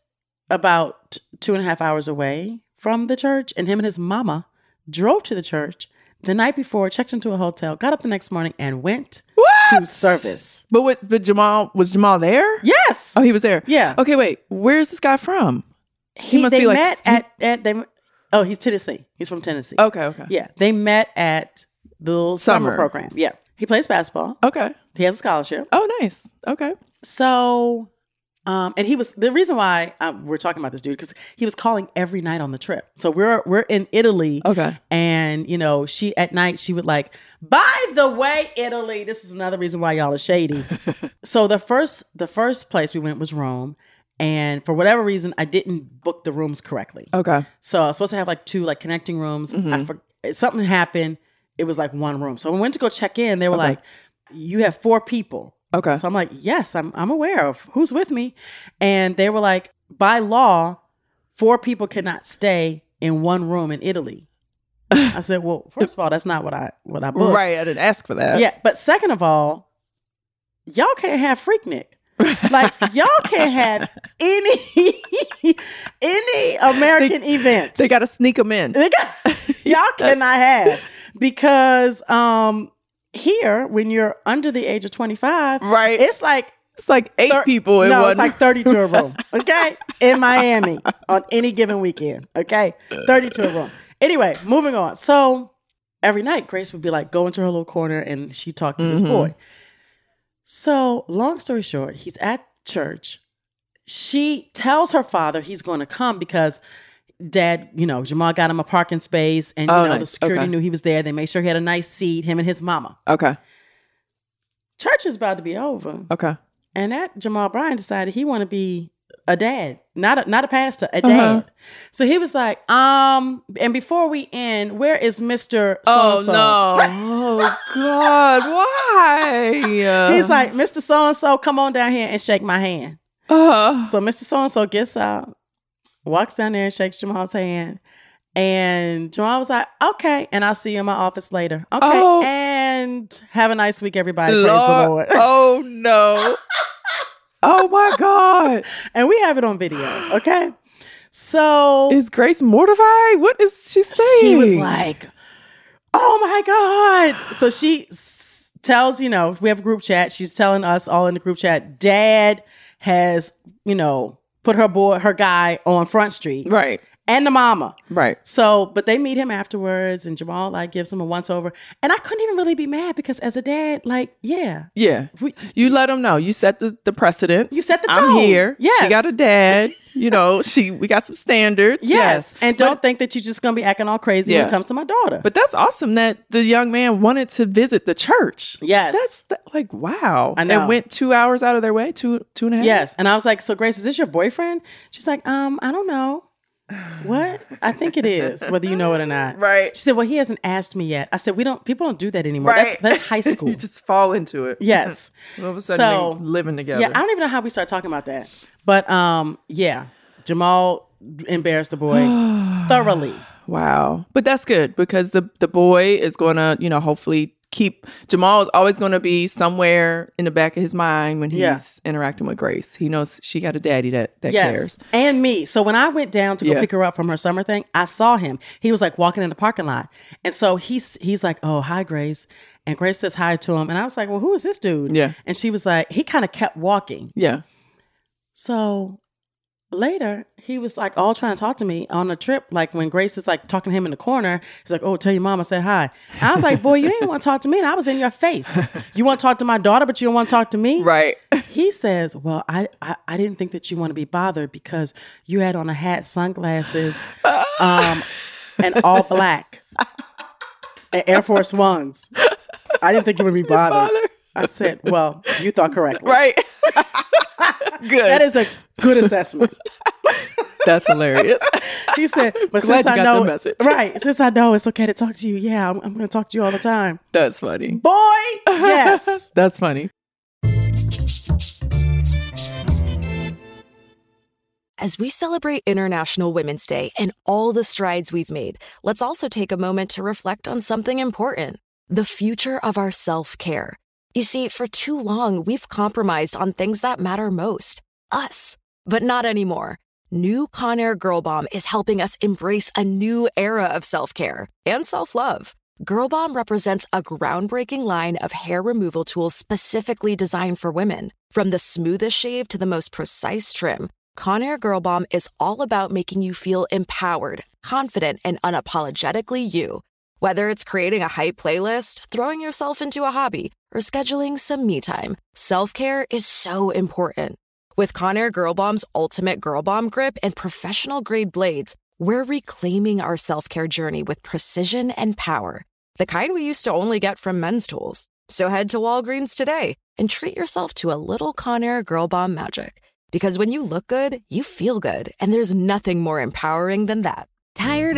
Speaker 3: about two and a half hours away from the church, and him and his mama drove to the church the night before, checked into a hotel, got up the next morning, and went to service.
Speaker 4: But what? But Jamal was Jamal there?
Speaker 3: Yes.
Speaker 4: Oh, he was there.
Speaker 3: Yeah.
Speaker 4: Okay, wait. Where's this guy from?
Speaker 3: He,
Speaker 4: must
Speaker 3: they
Speaker 4: be like-
Speaker 3: met at at they. Oh, he's Tennessee. He's from Tennessee.
Speaker 4: Okay. Okay.
Speaker 3: Yeah, they met at the little summer,
Speaker 4: Summer.
Speaker 3: program. Yeah, he plays basketball.
Speaker 4: Okay.
Speaker 3: He has a scholarship.
Speaker 4: Oh, nice. Okay.
Speaker 3: So, um, and he was the reason why um, we're talking about this dude because he was calling every night on the trip. So we're we're in Italy.
Speaker 4: Okay.
Speaker 3: And you know, she at night she would like, by the way, Italy. This is another reason why y'all are shady. so the first the first place we went was Rome, and for whatever reason, I didn't book the rooms correctly.
Speaker 4: Okay.
Speaker 3: So I was supposed to have like two like connecting rooms. I
Speaker 4: Mhm.
Speaker 3: for- something happened. It was like one room. So when I went to go check in, they were
Speaker 4: Okay.
Speaker 3: like, "You have four people."
Speaker 4: Okay.
Speaker 3: So I'm like, "Yes, I'm I'm aware of who's with me," and they were like, "By law, four people cannot stay in one room in Italy." I said, "Well, first of all, that's not what I what I booked."
Speaker 4: Right. I didn't ask for that.
Speaker 3: Yeah, but second of all, y'all can't have Freaknik. Like y'all can't have any any American event.
Speaker 4: They got to sneak him in.
Speaker 3: They got- y'all cannot have because um here when you're under the age of 25
Speaker 4: Right.
Speaker 3: it's like
Speaker 4: It's like eight people in
Speaker 3: no
Speaker 4: one
Speaker 3: it's like 30 to a room okay in miami on any given weekend okay 30 to a room anyway moving on so every night grace would be like go into her little corner and she talked to this
Speaker 4: Mhm.
Speaker 3: boy so long story short he's at church she tells her father he's going to come because dad, you know, Jamal got him a parking space and you
Speaker 4: Oh,
Speaker 3: know the
Speaker 4: nice.
Speaker 3: security
Speaker 4: Okay.
Speaker 3: knew he was there. They made sure he had a nice seat, him and his mama.
Speaker 4: Okay.
Speaker 3: Church is about to be over.
Speaker 4: Okay.
Speaker 3: And that Jamal Bryan decided he want to be a dad, not a, not a pastor, a
Speaker 4: Uh-huh.
Speaker 3: dad. So he was like, um, and before we end, where is Mr.
Speaker 4: Oh
Speaker 3: so-and-so?
Speaker 4: no! oh God! Why?
Speaker 3: He's like, Mr. So and so, come on down here and shake my hand.
Speaker 4: Uh.
Speaker 3: So Mr. So and so gets out, walks down there and shakes Jamal's hand. And Jamal was like, okay. And I'll see you in my office later. Okay.
Speaker 4: Oh.
Speaker 3: And have a nice week, everybody. Praise the
Speaker 4: Lord.
Speaker 3: Lord.
Speaker 4: Oh no! oh my God!
Speaker 3: and we have it on video. Okay. So
Speaker 4: Is Grace mortified? What is she saying?
Speaker 3: she was like, "Oh my god!" So she s- tells you know we have a group chat. She's telling us all in the group chat. Dad has you know put her boy her guy on Front Street,
Speaker 4: right,
Speaker 3: and the mama.
Speaker 4: right.
Speaker 3: So, but they meet him afterwards, and Jamal like gives him a once over, and I couldn't even really be mad because as a dad, like yeah,
Speaker 4: Yeah,
Speaker 3: We-
Speaker 4: you let him know. You set the the precedent.
Speaker 3: You set the
Speaker 4: I'm
Speaker 3: tone.
Speaker 4: here.
Speaker 3: Yes.
Speaker 4: she got a dad. you know, she we got some standards.
Speaker 3: Yes, and don't think that you're just gonna be acting all crazy when
Speaker 4: Yeah.
Speaker 3: it comes to my daughter.
Speaker 4: But that's awesome that the young man wanted to visit the church.
Speaker 3: Yes.
Speaker 4: That's th- like, wow.
Speaker 3: I know.
Speaker 4: And went two hours out of their way, two, two and a half.
Speaker 3: Yes. And I was like, So Grace, is this your boyfriend? She's like, Um, I don't know. What? I think it is, whether you know it or not.
Speaker 4: Right.
Speaker 3: She said, Well, he hasn't asked me yet. I said, We don't people don't do that anymore.
Speaker 4: Right.
Speaker 3: That's that's high school.
Speaker 4: You just fall into it.
Speaker 3: Yes.
Speaker 4: All of a sudden
Speaker 3: So-
Speaker 4: they living together.
Speaker 3: Yeah, I don't even know how we started talking about that. But um, yeah. Jamal embarrassed the boy thoroughly.
Speaker 4: Wow. But that's good because the the boy is going to, you know, hopefully keep Jamal is always going to be somewhere in the back of his mind when he's
Speaker 3: Yeah.
Speaker 4: interacting with Grace. He knows she got a daddy that that cares.
Speaker 3: And me. So when I went down to go
Speaker 4: Yeah.
Speaker 3: pick her up from her summer thing, I saw him. He was like walking in the parking lot. And so he's he's like, Oh, hi, Grace. And Grace says hi to him. And I was like, Well, who is this dude?
Speaker 4: Yeah.
Speaker 3: And she was like, he kind of kept walking.
Speaker 4: Yeah.
Speaker 3: So later, he was like all trying to talk to me on a trip. Like when Grace is like talking to him in the corner, he's like, Oh, tell your mama, say hi. I was like, Boy, you ain't want to talk to me. And I was in your face. You want to talk to my daughter, but you don't want to talk to me.
Speaker 4: Right.
Speaker 3: He says, Well, I, I, I didn't think that you want to be bothered because you had on a hat, sunglasses, um, and all black, and Air Force Ones. I didn't think you would be bothered. I said, Well, you thought correctly.
Speaker 4: Right. Good.
Speaker 3: That is a good assessment.
Speaker 4: That's hilarious.
Speaker 3: he said,
Speaker 4: Glad
Speaker 3: but since
Speaker 4: you
Speaker 3: I
Speaker 4: got
Speaker 3: know,
Speaker 4: the message.
Speaker 3: right? Since I know it's okay to talk to you, yeah, I'm, I'm going to talk to you all the time,
Speaker 4: That's funny.
Speaker 3: boy. Yes,
Speaker 4: That's funny.
Speaker 5: As we celebrate International Women's Day and all the strides we've made, let's also take a moment to reflect on something important the future of our self care. You see, for too long, we've compromised on things that matter most us, but not anymore. New Conair Girl Bomb is helping us embrace a new era of self care and self love. Girl Bomb represents a groundbreaking line of hair removal tools specifically designed for women. From the smoothest shave to the most precise trim, Conair Girl Bomb is all about making you feel empowered, confident, and unapologetically you. Whether it's creating a hype playlist, throwing yourself into a hobby, or scheduling some me time, self care is so important. With Conair Girl Bomb's ultimate Girl Bomb grip and professional grade blades, we're reclaiming our self care journey with precision and power, the kind we used to only get from men's tools. So head to Walgreens today and treat yourself to a little Conair Girl Bomb magic. Because when you look good, you feel good, and there's nothing more empowering than that.
Speaker 1: Tired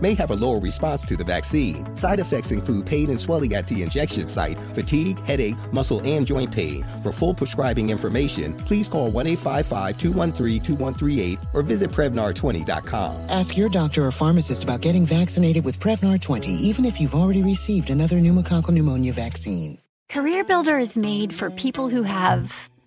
Speaker 6: may have a lower response to the vaccine. Side effects include pain and swelling at the injection site, fatigue, headache, muscle, and joint pain. For full prescribing information, please call 1 855 213 2138 or visit Prevnar20.com.
Speaker 7: Ask your doctor or pharmacist about getting vaccinated with Prevnar 20, even if you've already received another pneumococcal pneumonia vaccine.
Speaker 12: Career Builder is made for people who have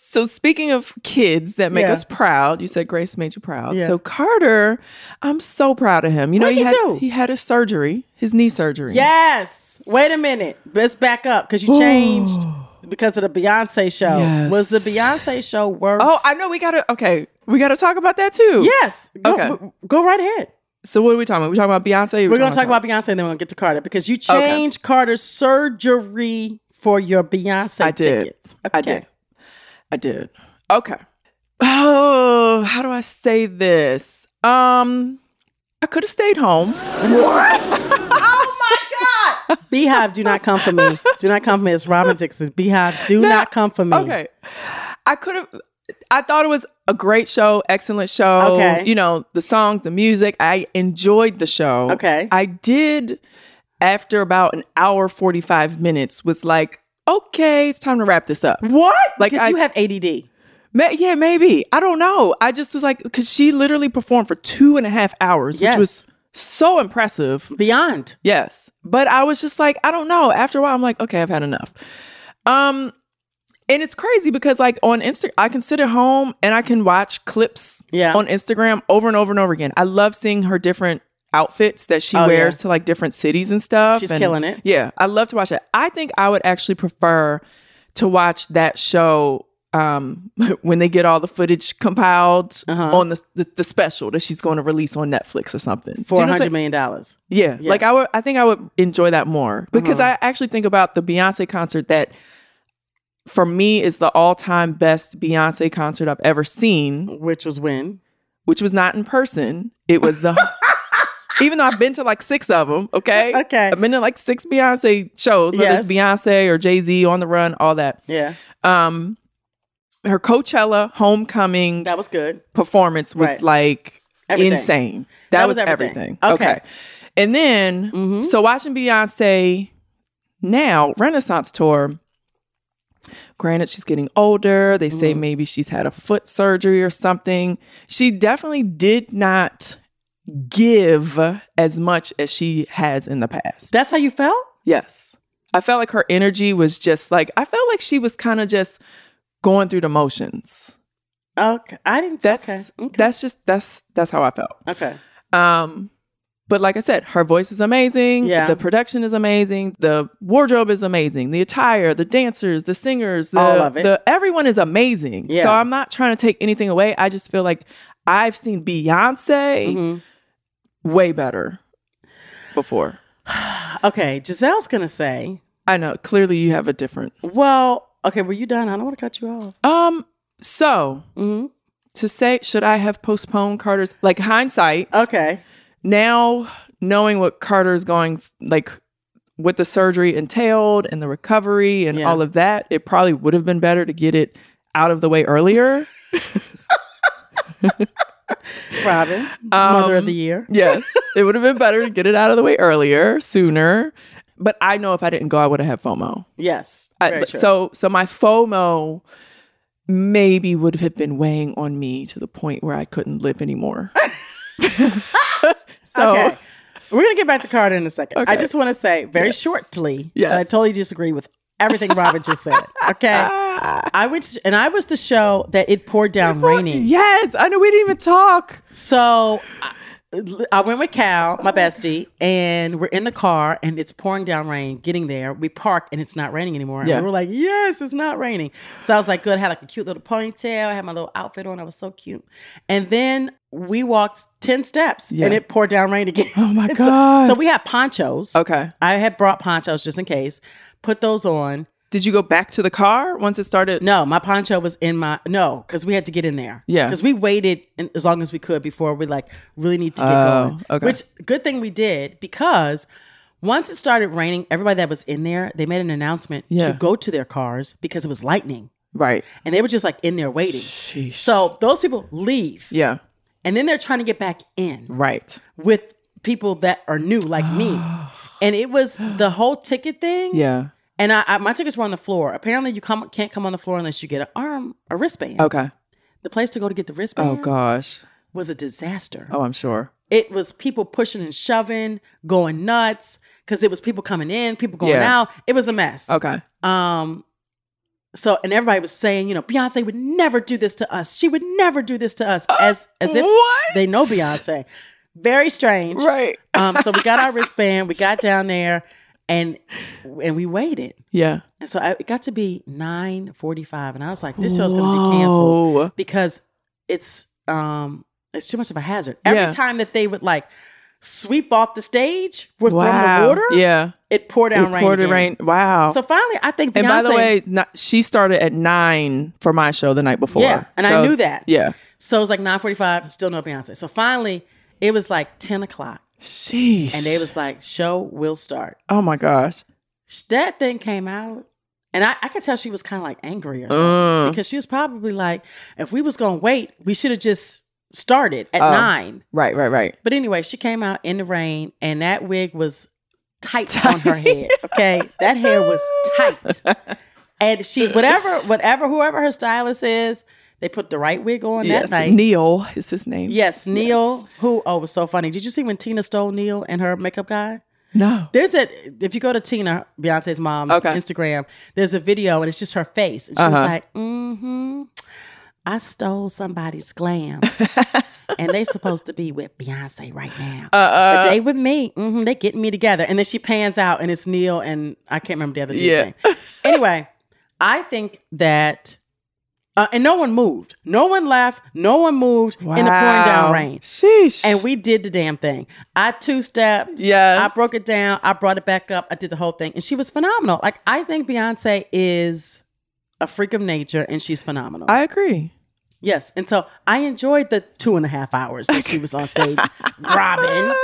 Speaker 4: So speaking of kids that make
Speaker 12: Yeah.
Speaker 4: us proud, you said Grace made you proud.
Speaker 12: Yeah.
Speaker 4: So Carter, I'm so proud of him. You know
Speaker 3: What'd
Speaker 4: he
Speaker 3: he
Speaker 4: had
Speaker 3: do?
Speaker 4: he had a surgery, his knee surgery.
Speaker 3: Yes. Wait a minute. Let's back up because you changed because of the Beyonce show.
Speaker 4: Yes.
Speaker 3: Was the Beyonce show worth?
Speaker 4: Oh, I know. We gotta. Okay, we gotta talk about that too.
Speaker 3: Yes. Go,
Speaker 4: okay.
Speaker 3: Go right ahead.
Speaker 4: So what are we talking about? We talking about Beyonce?
Speaker 3: We're going to talk about Beyonce and then we'll get to Carter because you
Speaker 4: Okay.
Speaker 3: changed Carter's surgery for your Beyonce
Speaker 4: I did.
Speaker 3: tickets.
Speaker 4: I did. I did. Okay. Oh, how do I say this? Um, I could have stayed home.
Speaker 3: Beehive, do not come for me. Do not come for me. It's Robin Dixon. Beehive, do not come for me.
Speaker 4: Okay. I could have. I thought it was a great show, excellent show.
Speaker 3: Okay.
Speaker 4: You know, the songs, the music. I enjoyed the show.
Speaker 3: Okay.
Speaker 4: I did, after about an hour, 45 minutes, was like, okay, it's time to wrap this up.
Speaker 3: What?
Speaker 4: Like,
Speaker 3: Because you have ADD.
Speaker 4: Ma- yeah, maybe. I don't know. I just was like, because she literally performed for two and a half hours,
Speaker 3: Yes.
Speaker 4: which was so impressive.
Speaker 3: Beyond.
Speaker 4: Yes. But I was just like, I don't know. After a while, I'm like, okay, I've had enough. Um, and it's crazy because like on Insta, I can sit at home and I can watch clips
Speaker 3: Yeah.
Speaker 4: on Instagram over and over and over again. I love seeing her different outfits that she
Speaker 3: Oh, yeah.
Speaker 4: wears to like different cities and stuff.
Speaker 3: She's
Speaker 4: and-
Speaker 3: killing it.
Speaker 4: Yeah, I love to watch it. I think I would actually prefer to watch that show um when they get all the footage compiled
Speaker 3: Uh-huh.
Speaker 4: on the, the the special that she's going to release on Netflix or something
Speaker 3: For
Speaker 4: Do you know what I'm
Speaker 3: $100
Speaker 4: saying?
Speaker 3: million. dollars.
Speaker 4: Yeah, like
Speaker 3: Yes. Uh-huh.
Speaker 4: I would. I think I would enjoy that more because I actually think about the Beyonce concert that, for me, is the all-time best Beyonce concert I've ever seen.
Speaker 3: Which was when?
Speaker 4: Which was not in person. It was the. even though I've been to like six of them. Okay. Okay. I've been to like six Beyonce shows, whether it's Beyonce or Jay Z on the Run, all that.
Speaker 3: Yeah.
Speaker 4: Um, her Coachella homecoming.
Speaker 3: That was good.
Speaker 4: Performance was
Speaker 3: Right.
Speaker 4: like
Speaker 3: Everything.
Speaker 4: insane. That, was, everything.
Speaker 3: Okay. Mm-hmm.
Speaker 4: And then, so watching Beyonce now, Renaissance Tour, granted, she's getting older. They
Speaker 3: Mm-hmm.
Speaker 4: say maybe she's had a foot surgery or something. She definitely did not give as much as she has in the past.
Speaker 3: That's how you felt?
Speaker 4: Yes. I felt like her energy was just like, I felt like she was kind of just going through the motions.
Speaker 3: Okay. I didn't.
Speaker 4: That's that's just that's that's how I felt.
Speaker 3: Okay.
Speaker 4: Um, but like I said, her voice is amazing.
Speaker 3: Yeah.
Speaker 4: The production is amazing. The wardrobe is amazing. The attire, the dancers, the singers, the,
Speaker 3: All of it.
Speaker 4: the everyone is amazing.
Speaker 3: Yeah.
Speaker 4: So I'm not trying to take anything away. I just feel like I've seen Beyonce
Speaker 3: Mm-hmm.
Speaker 4: way better before.
Speaker 3: Okay. Giselle's going to say.
Speaker 4: I know. Clearly, you have a different.
Speaker 3: Well, okay. Were you done? I don't want to cut you off.
Speaker 4: Um. So
Speaker 3: Mm-hmm.
Speaker 4: to say, should I have postponed Carter's like hindsight?
Speaker 3: Okay.
Speaker 4: Now knowing what Carter's going like what the surgery entailed and the recovery and all of that, it probably would have been better to get it out of the way earlier.
Speaker 3: Robin, Mother of the
Speaker 4: Um,
Speaker 3: Year.
Speaker 4: Yes. It would have been better to get it out of the way earlier, sooner. But I know if I didn't go, I would have had FOMO.
Speaker 3: Yes.
Speaker 4: I-
Speaker 3: very
Speaker 4: but-
Speaker 3: true.
Speaker 4: so so my FOMO maybe would have been weighing on me to the point where I couldn't live anymore. so
Speaker 3: Okay. We're gonna get back to Carter in a second. I
Speaker 13: Okay.
Speaker 3: just want to say very
Speaker 13: Yes.
Speaker 3: shortly
Speaker 13: Yes.
Speaker 3: that I totally disagree with everything Robin just said. Okay, I went to, and I was the show that it poured down raining.
Speaker 4: Yes, I know we didn't even talk.
Speaker 3: So I, I went with Cal, my bestie, and we're in the car, and it's pouring down rain. Getting there, we park, and it's not raining anymore.
Speaker 4: Yeah.
Speaker 3: And we're like, yes, it's not raining. So I was like, good. I had like a cute little ponytail. I had my little outfit on. I was so cute. And then we walked ten steps,
Speaker 4: Yeah.
Speaker 3: and it poured down rain again. Oh my
Speaker 4: God.
Speaker 3: So, we had ponchos.
Speaker 4: Okay.
Speaker 3: I had brought ponchos just in case. Put those on.
Speaker 4: Did you go back to the car once it started?
Speaker 3: No, my poncho was in my no, because we had to get in there.
Speaker 4: Yeah.
Speaker 3: because we waited in, as long as we could before we like really need to get
Speaker 4: Oh,
Speaker 3: going.
Speaker 4: okay.
Speaker 3: Which good thing we did because once it started raining, everybody that was in there they made an announcement
Speaker 4: Yeah.
Speaker 3: to go to their cars because it was lightning,
Speaker 4: Right.
Speaker 3: and they were just like in there waiting. So those people leave,
Speaker 4: Yeah.
Speaker 3: and then they're trying to get back in
Speaker 4: Right.
Speaker 3: with people that are new like me, and it was the whole ticket thing.
Speaker 4: Yeah.
Speaker 3: And I, I my tickets were on the floor. Apparently, you come, can't come on the floor unless you get an arm, a wristband.
Speaker 4: Okay.
Speaker 3: The place to go to get the wristband
Speaker 4: Oh gosh.
Speaker 3: was a disaster.
Speaker 4: Oh, I'm sure.
Speaker 3: It was people pushing and shoving, going nuts, because it was people coming in, people going
Speaker 4: Yeah.
Speaker 3: out. It was a mess.
Speaker 4: Okay.
Speaker 3: Um, so and everybody was saying, you know, Beyonce would never do this to us. She would never do this to us, as as if
Speaker 4: what?
Speaker 3: they know Beyonce. Very strange,
Speaker 4: right?
Speaker 3: Um, so we got our wristband, we got down there, and and we waited.
Speaker 4: Yeah.
Speaker 3: And so I, it got to be nine forty-five, and I was like, "This show's going to be canceled
Speaker 4: Whoa.
Speaker 3: because it's um it's too much of a hazard." Every
Speaker 4: Yeah.
Speaker 3: time that they would like sweep off the stage with from
Speaker 4: Wow.
Speaker 3: the water,
Speaker 4: Yeah.
Speaker 3: it poured down
Speaker 4: It
Speaker 3: rain.
Speaker 4: poured
Speaker 3: again.
Speaker 4: rain. Wow.
Speaker 3: So finally, I think. Beyonce,
Speaker 4: and by the way, not, she started at nine for my show the night before.
Speaker 3: Yeah, and I
Speaker 4: So-
Speaker 3: knew that.
Speaker 4: Yeah.
Speaker 3: so it was like nine forty-five, still no Beyonce. So finally, it was like ten o'clock,
Speaker 4: Sheesh.
Speaker 3: and they was like, "Show will start."
Speaker 4: Oh my gosh.
Speaker 3: that thing came out and I, I could tell she was kind of like angry or something
Speaker 4: Mm.
Speaker 3: because she was probably like, if we was going to wait, we should have just started at
Speaker 4: Oh.
Speaker 3: nine.
Speaker 4: Right. Right. Right.
Speaker 3: But anyway, she came out in the rain and that wig was tight, on her head. Okay. that hair was tight. And she, whatever, whatever, whoever her stylist is, they put the right wig on
Speaker 4: yes.
Speaker 3: that night.
Speaker 4: Neil is his name.
Speaker 3: Yes, Neil, who, oh, it was so funny. Did you see when Tina stole Neil and her makeup guy?
Speaker 4: No.
Speaker 3: There's a if you go to Tina Beyonce's mom's
Speaker 4: Okay.
Speaker 3: Instagram, there's a video and it's just her face, and she was
Speaker 4: Uh-huh.
Speaker 3: like, "Mm-hmm, I stole somebody's glam, and they supposed to be with Beyonce right now,
Speaker 4: uh.
Speaker 3: but they with me. Mm-hmm, they getting me together." And then she pans out, and it's Neil and I can't remember the other dude's
Speaker 4: Yeah.
Speaker 3: name. Anyway, I think that. Uh, and no one moved. No one left. No one moved in the pouring down
Speaker 4: Wow.
Speaker 3: rain.
Speaker 4: Sheesh.
Speaker 3: And we did the damn thing. I two stepped.
Speaker 4: Yes.
Speaker 3: I broke it down. I brought it back up. I did the whole thing. And she was phenomenal. Like, I think Beyonce is a freak of nature and she's phenomenal.
Speaker 4: I agree.
Speaker 3: yes. And so I enjoyed the two and a half hours that she was on stage. Robin.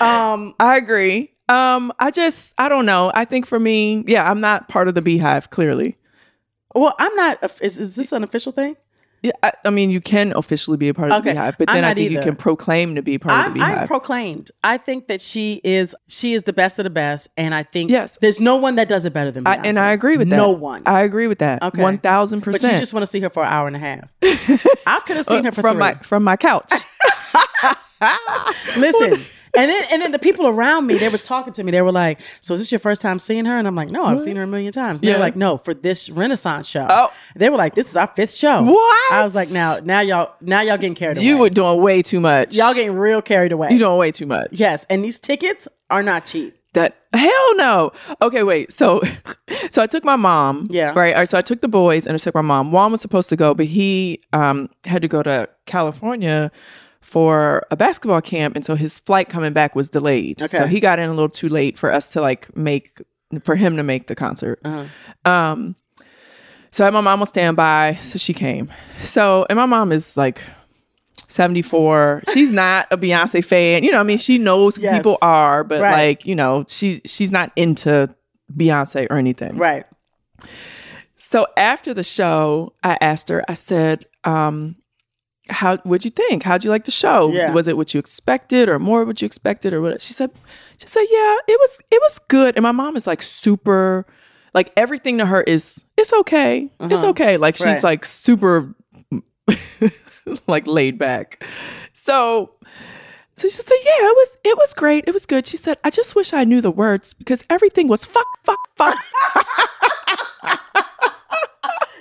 Speaker 3: Um,
Speaker 4: I agree. Um, I just, I don't know. I think for me, yeah, I'm not part of the beehive. Clearly,
Speaker 3: Well, I'm not. Is, is this an official thing?
Speaker 4: yeah. I, I mean, you can officially be a part of the
Speaker 3: Okay,
Speaker 4: beehive, but
Speaker 3: I'm
Speaker 4: then I
Speaker 3: not
Speaker 4: think you
Speaker 3: either.
Speaker 4: can proclaim to be part of
Speaker 3: I'm,
Speaker 4: the
Speaker 3: I'm
Speaker 4: beehive.
Speaker 3: proclaimed. I think that she is she is the best of the best, and I think
Speaker 4: Yes.
Speaker 3: there's no one that does it better than
Speaker 4: I,
Speaker 3: Beyonce.
Speaker 4: and I agree with that.
Speaker 3: No one.
Speaker 4: I agree with that.
Speaker 3: Okay.
Speaker 4: One thousand percent. Uh,
Speaker 3: But you just want to see her for an hour and a half. I could have seen her for
Speaker 4: from
Speaker 3: three.
Speaker 4: my from my couch.
Speaker 3: Listen. And then, and then the people around me, they was talking to me. They were like, "So is this your first time seeing her?" And I'm like, "No, I've seen her a million times." And They were
Speaker 4: Yeah.
Speaker 3: like, "No, for this Renaissance show." Oh, they were like, "This is our fifth show." What? I was like, "Now, now y'all, now y'all getting carried
Speaker 4: you
Speaker 3: away.
Speaker 4: were doing way too much.
Speaker 3: y'all getting real carried away."
Speaker 4: you doing way too much.
Speaker 3: Yes, and these tickets are not cheap.
Speaker 4: That hell no. Okay, wait. So, so I took my mom.
Speaker 3: Yeah.
Speaker 4: Right. All right. So I took the boys and I took my mom. Juan was supposed to go, but he um had to go to California for a basketball camp, and so his flight coming back was delayed.
Speaker 13: Okay.
Speaker 4: So he got in a little too late for us to like make for him to make the concert.
Speaker 13: Uh-huh.
Speaker 4: Um. So I had my mom on standby, so she came. So and my mom is like 74. She's not a Beyonce fan. You know, I mean, she knows who
Speaker 13: Yes.
Speaker 4: people are, but
Speaker 13: Right.
Speaker 4: like, you know, she she's not into Beyonce or anything.
Speaker 3: Right.
Speaker 4: So after the show, I asked her, I said, um, how what'd you think? How'd you like the show?
Speaker 13: Yeah.
Speaker 4: Was it what you expected or more what you expected or what she said she said, Yeah, it was it was good. And my mom is like super like everything to her is it's okay. It's
Speaker 13: Uh-huh.
Speaker 4: okay. Like she's
Speaker 13: Right.
Speaker 4: like super like laid back. So So she said, "Yeah, it was it was great. It was good." She said, "I just wish I knew the words because everything was fuck, fuck, fuck."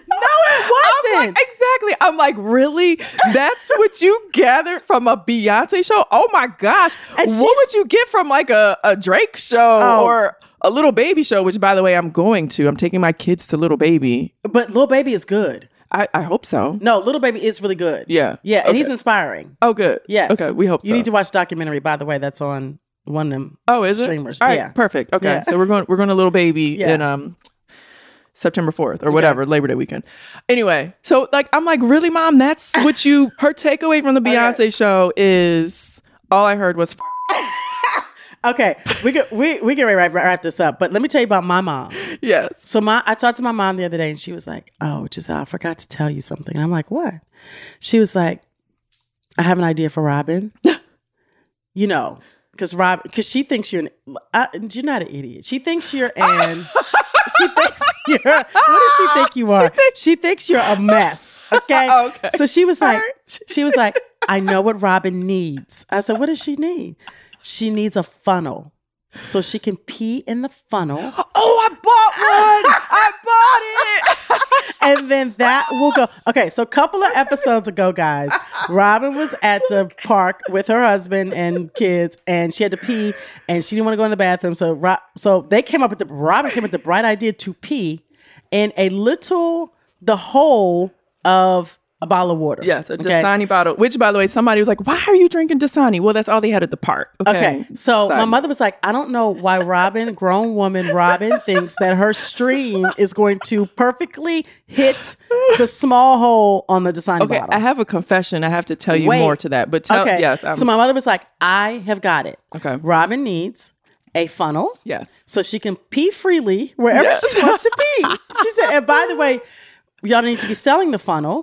Speaker 4: no, it wasn't. exactly. I'm like, really? That's what you gathered from a Beyonce show? Oh my gosh! what would you get from like a, a Drake show
Speaker 3: Oh.
Speaker 4: or a Little Baby show? Which, by the way, I'm going to. I'm taking my kids to Little Baby.
Speaker 3: But Little Baby is good.
Speaker 4: I, I hope so.
Speaker 3: No, Little Baby is really good.
Speaker 4: Yeah.
Speaker 3: Yeah, and he's
Speaker 4: Okay.
Speaker 3: inspiring.
Speaker 4: Oh, good.
Speaker 3: Yes.
Speaker 4: Okay, we hope
Speaker 3: you
Speaker 4: so.
Speaker 3: need to watch the documentary. By the way, that's on one of them.
Speaker 4: Oh, is it?
Speaker 3: streamers?
Speaker 4: All right,
Speaker 3: yeah.
Speaker 4: perfect. Okay,
Speaker 3: Yeah.
Speaker 4: so we're going we're going to Little Baby
Speaker 3: Yeah.
Speaker 4: in um September fourth or whatever Labor Day weekend. Anyway, so like I'm like really, mom. That's what you. Her takeaway from the Beyonce show is all I heard was.
Speaker 3: Okay, we get we we get ready to wrap, wrap this up, but let me tell you about my mom.
Speaker 4: Yes.
Speaker 3: So my I talked to my mom the other day, and she was like, "Oh, Giselle, I forgot to tell you something." And I'm like, "What?" She was like, "I have an idea for Robin." you know, because Rob, because she thinks you're an I, you're not an idiot. She thinks you're an. she thinks you're. What does she think you are? She thinks, you're a mess. Okay. okay. So she was like, she was like, I know what Robin needs. I said, what does she need? She needs a funnel. So she can pee in the funnel.
Speaker 4: Oh, I bought one. I bought it.
Speaker 3: and then that will go. Okay, so a couple of episodes ago, guys, Robin was at the park with her husband and kids, and she had to pee, and she didn't want to go in the bathroom. So, Rob, so they came up with the Robin came up with the bright idea to pee in a little the hole of a bottle of water.
Speaker 4: Yes, a Dasani bottle. Which, by the way, somebody was like, "Why are you drinking Dasani?" Well, that's all they had at the park. Okay.
Speaker 3: Okay. So my
Speaker 4: Side
Speaker 3: mother was like, I don't know why Robin, grown woman Robin, thinks that her stream is going to perfectly hit the small hole on the Dasani
Speaker 4: Okay,
Speaker 3: bottle.
Speaker 4: I have a confession. I have to tell you
Speaker 3: Wait.
Speaker 4: more to that, but tell, yes, um, I'm,
Speaker 3: so my mother was like, I have got it. Okay. Robin needs a funnel.
Speaker 4: Yes.
Speaker 3: So she can pee freely wherever
Speaker 4: Yes.
Speaker 3: she wants to pee. She said, and by the way, y'all need to be selling
Speaker 4: Ah.
Speaker 3: the funnel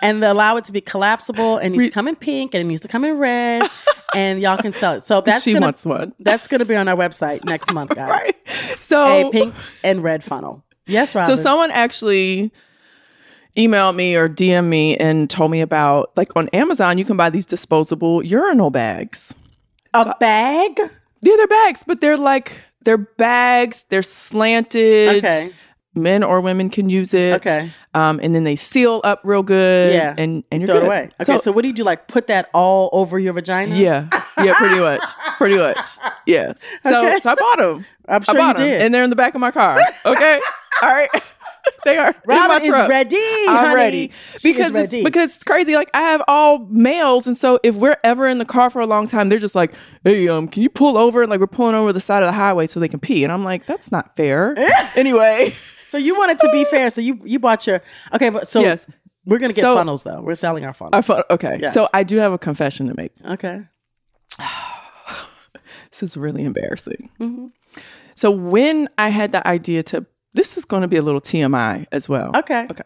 Speaker 3: and allow it to be collapsible and it needs to come in pink and it needs to come in red and y'all can sell it. So that's
Speaker 4: She
Speaker 3: gonna,
Speaker 4: wants one.
Speaker 3: That's gonna be on our website next month, guys.
Speaker 4: So-
Speaker 3: a pink and red funnel. Yes, Robin.
Speaker 4: So someone actually emailed me or DM me and told me about like on Amazon you can buy these disposable urinal bags.
Speaker 3: A bag?
Speaker 4: Yeah, they're bags, but they're like they're bags. They're slanted.
Speaker 3: Okay.
Speaker 4: Men or women can use it.
Speaker 3: Okay.
Speaker 4: Um, and then they seal up real good.
Speaker 3: Yeah.
Speaker 4: And and you're
Speaker 3: throw it
Speaker 4: good.
Speaker 3: away. Okay, so, what do you do? Like put that all over your vagina?
Speaker 4: Yeah. Yeah, pretty much. Pretty much. Yeah. So,
Speaker 3: Okay.
Speaker 4: so I bought them.
Speaker 3: I'm sure
Speaker 4: I
Speaker 3: you
Speaker 4: bought 'em,
Speaker 3: did.
Speaker 4: And they're in the back of my car. Okay. All right. They are. in my
Speaker 3: Robin is
Speaker 4: truck.
Speaker 3: ready,
Speaker 4: I'm
Speaker 3: honey.
Speaker 4: ready.
Speaker 3: She is
Speaker 4: Because it's,
Speaker 3: ready.
Speaker 4: because it's crazy. Like I have all males. And so if we're ever in the car for a long time, they're just like, hey, um, can you pull over? And like we're pulling over the side of the highway so they can pee. And I'm like, that's not fair. anyway.
Speaker 3: So you want it to be fair. So you you bought your okay, but so
Speaker 4: Yes.
Speaker 3: we're gonna get
Speaker 4: So-
Speaker 3: funnels though. We're selling our funnels.
Speaker 4: I thought, okay.
Speaker 3: Yes.
Speaker 4: So I do have a confession to make.
Speaker 3: okay.
Speaker 4: This is really embarrassing. So when I had the idea to, this is going to be a little TMI as well.
Speaker 3: Okay.
Speaker 4: Okay.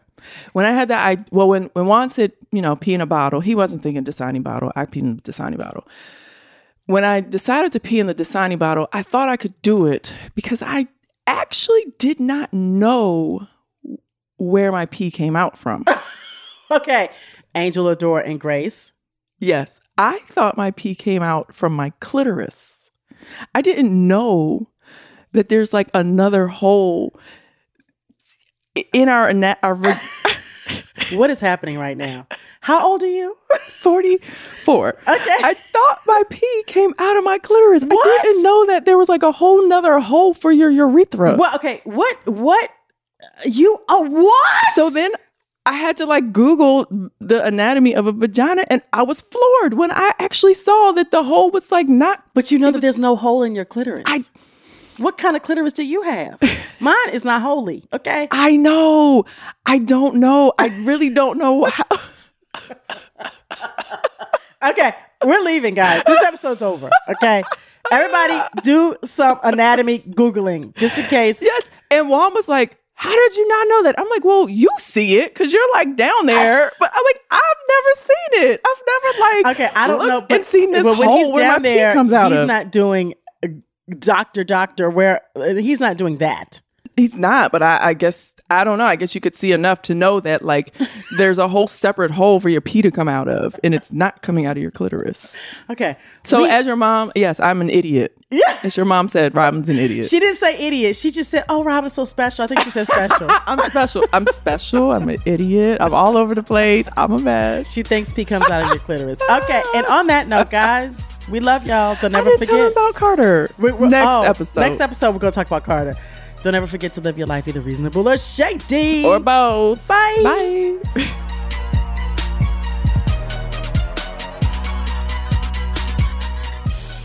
Speaker 4: When I had that, I well, when when Juan said, you know, pee in a bottle, he wasn't thinking Dasani bottle. I peed in the Dasani bottle. When I decided to pee in the Dasani bottle, I thought I could do it because I actually did not know where my pee came out from.
Speaker 3: Okay. Angel Adore and Grace.
Speaker 4: Yes, I thought my pee came out from my clitoris. I didn't know that there's like another hole i- in our ana- our vag-
Speaker 3: What is happening right now? How old are you?
Speaker 4: 44. Okay. I thought my pee came out of my clitoris. I didn't know that there was like a whole nother hole for your urethra.
Speaker 3: Well, okay. What what you oh what?
Speaker 4: So then I had to like Google the anatomy of a vagina and I was floored when I actually saw that the hole was like not.
Speaker 3: But you know that there's no hole in your clitoris. I, what kind of clitoris do you have? Mine is not holy. Okay.
Speaker 4: I know. I don't know. I really don't know how.
Speaker 3: Okay, we're leaving, guys. This episode's over. Okay. Everybody do some anatomy Googling just in case.
Speaker 4: Yes. And Juan was like, How did you not know that? I'm like, Well, you see it because you're like down there. But I'm like, I've never seen it. I've never like
Speaker 3: Okay, I don't
Speaker 4: looked
Speaker 3: know. But,
Speaker 4: and seen this
Speaker 3: but when
Speaker 4: hole
Speaker 3: he's
Speaker 4: where
Speaker 3: down
Speaker 4: my pee
Speaker 3: there,
Speaker 4: comes out
Speaker 3: he's
Speaker 4: of.
Speaker 3: not doing uh, doctor, doctor. Where uh, he's not doing that.
Speaker 4: he's not, but I, I guess I don't know. I guess you could see enough to know that like there's a whole separate hole for your pee to come out of, and it's not coming out of your clitoris.
Speaker 3: Okay.
Speaker 4: So
Speaker 3: We-
Speaker 4: as your mom, yes, I'm an idiot. Yeah. As your mom said, Robin's an idiot.
Speaker 3: She didn't say idiot. She just said, "Oh, Robin's so special." I think she said special.
Speaker 4: I'm special. I'm special. I'm an idiot. I'm all over the place. I'm a mess.
Speaker 3: She thinks pee comes out of your clitoris. Okay. And on that note, guys, we love y'all. Don't ever
Speaker 4: didn't
Speaker 3: forget oh,
Speaker 4: tell them about Carter. Next episode.
Speaker 3: Next episode, we're gonna talk about Carter. Don't ever forget to live your life either reasonable or shady
Speaker 4: Or both.
Speaker 3: Bye.
Speaker 4: Bye.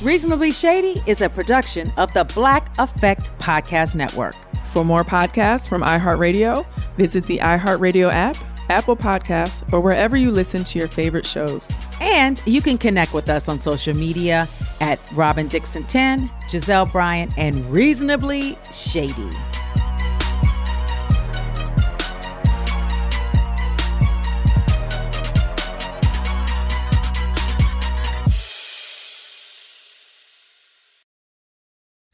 Speaker 13: Reasonably Shady is a production of the Black Effect Podcast Network.
Speaker 4: For more podcasts from iHeartRadio, visit the iHeartRadio app, Apple Podcasts, or wherever you listen to your favorite shows.
Speaker 13: And you can connect with us on social media at Robin Dixon 10, Giselle Bryant, and Reasonably Shady.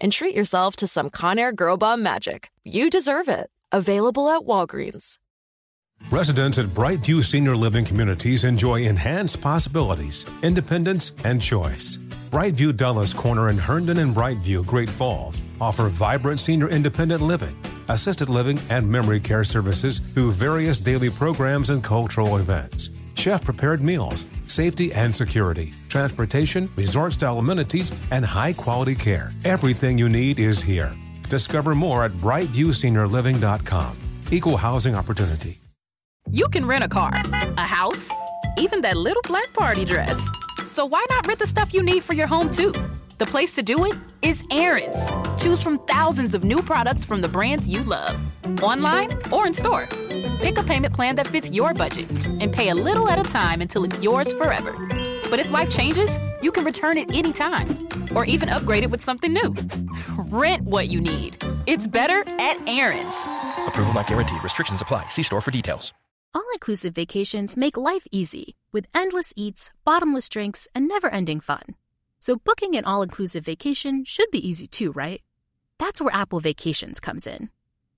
Speaker 5: and treat yourself to some Conair Girl Bomb magic. You deserve it. Available at Walgreens.
Speaker 14: Residents at Brightview Senior Living Communities enjoy enhanced possibilities, independence, and choice. Brightview Dulles Corner in Herndon and Brightview, Great Falls, offer vibrant senior independent living, assisted living, and memory care services through various daily programs and cultural events. Chef prepared meals, safety and security, transportation, resort style amenities, and high quality care. Everything you need is here. Discover more at brightviewseniorliving.com. Equal housing opportunity.
Speaker 15: You can rent a car, a house, even that little black party dress. So why not rent the stuff you need for your home too? The place to do it is Aaron's. Choose from thousands of new products from the brands you love, online or in store. Pick a payment plan that fits your budget and pay a little at a time until it's yours forever. But if life changes, you can return it anytime or even upgrade it with something new. Rent what you need. It's better at Aaron's.
Speaker 16: Approval not guaranteed. Restrictions apply. See store for details.
Speaker 17: All inclusive vacations make life easy with endless eats, bottomless drinks, and never ending fun. So, booking an all inclusive vacation should be easy too, right? That's where Apple Vacations comes in.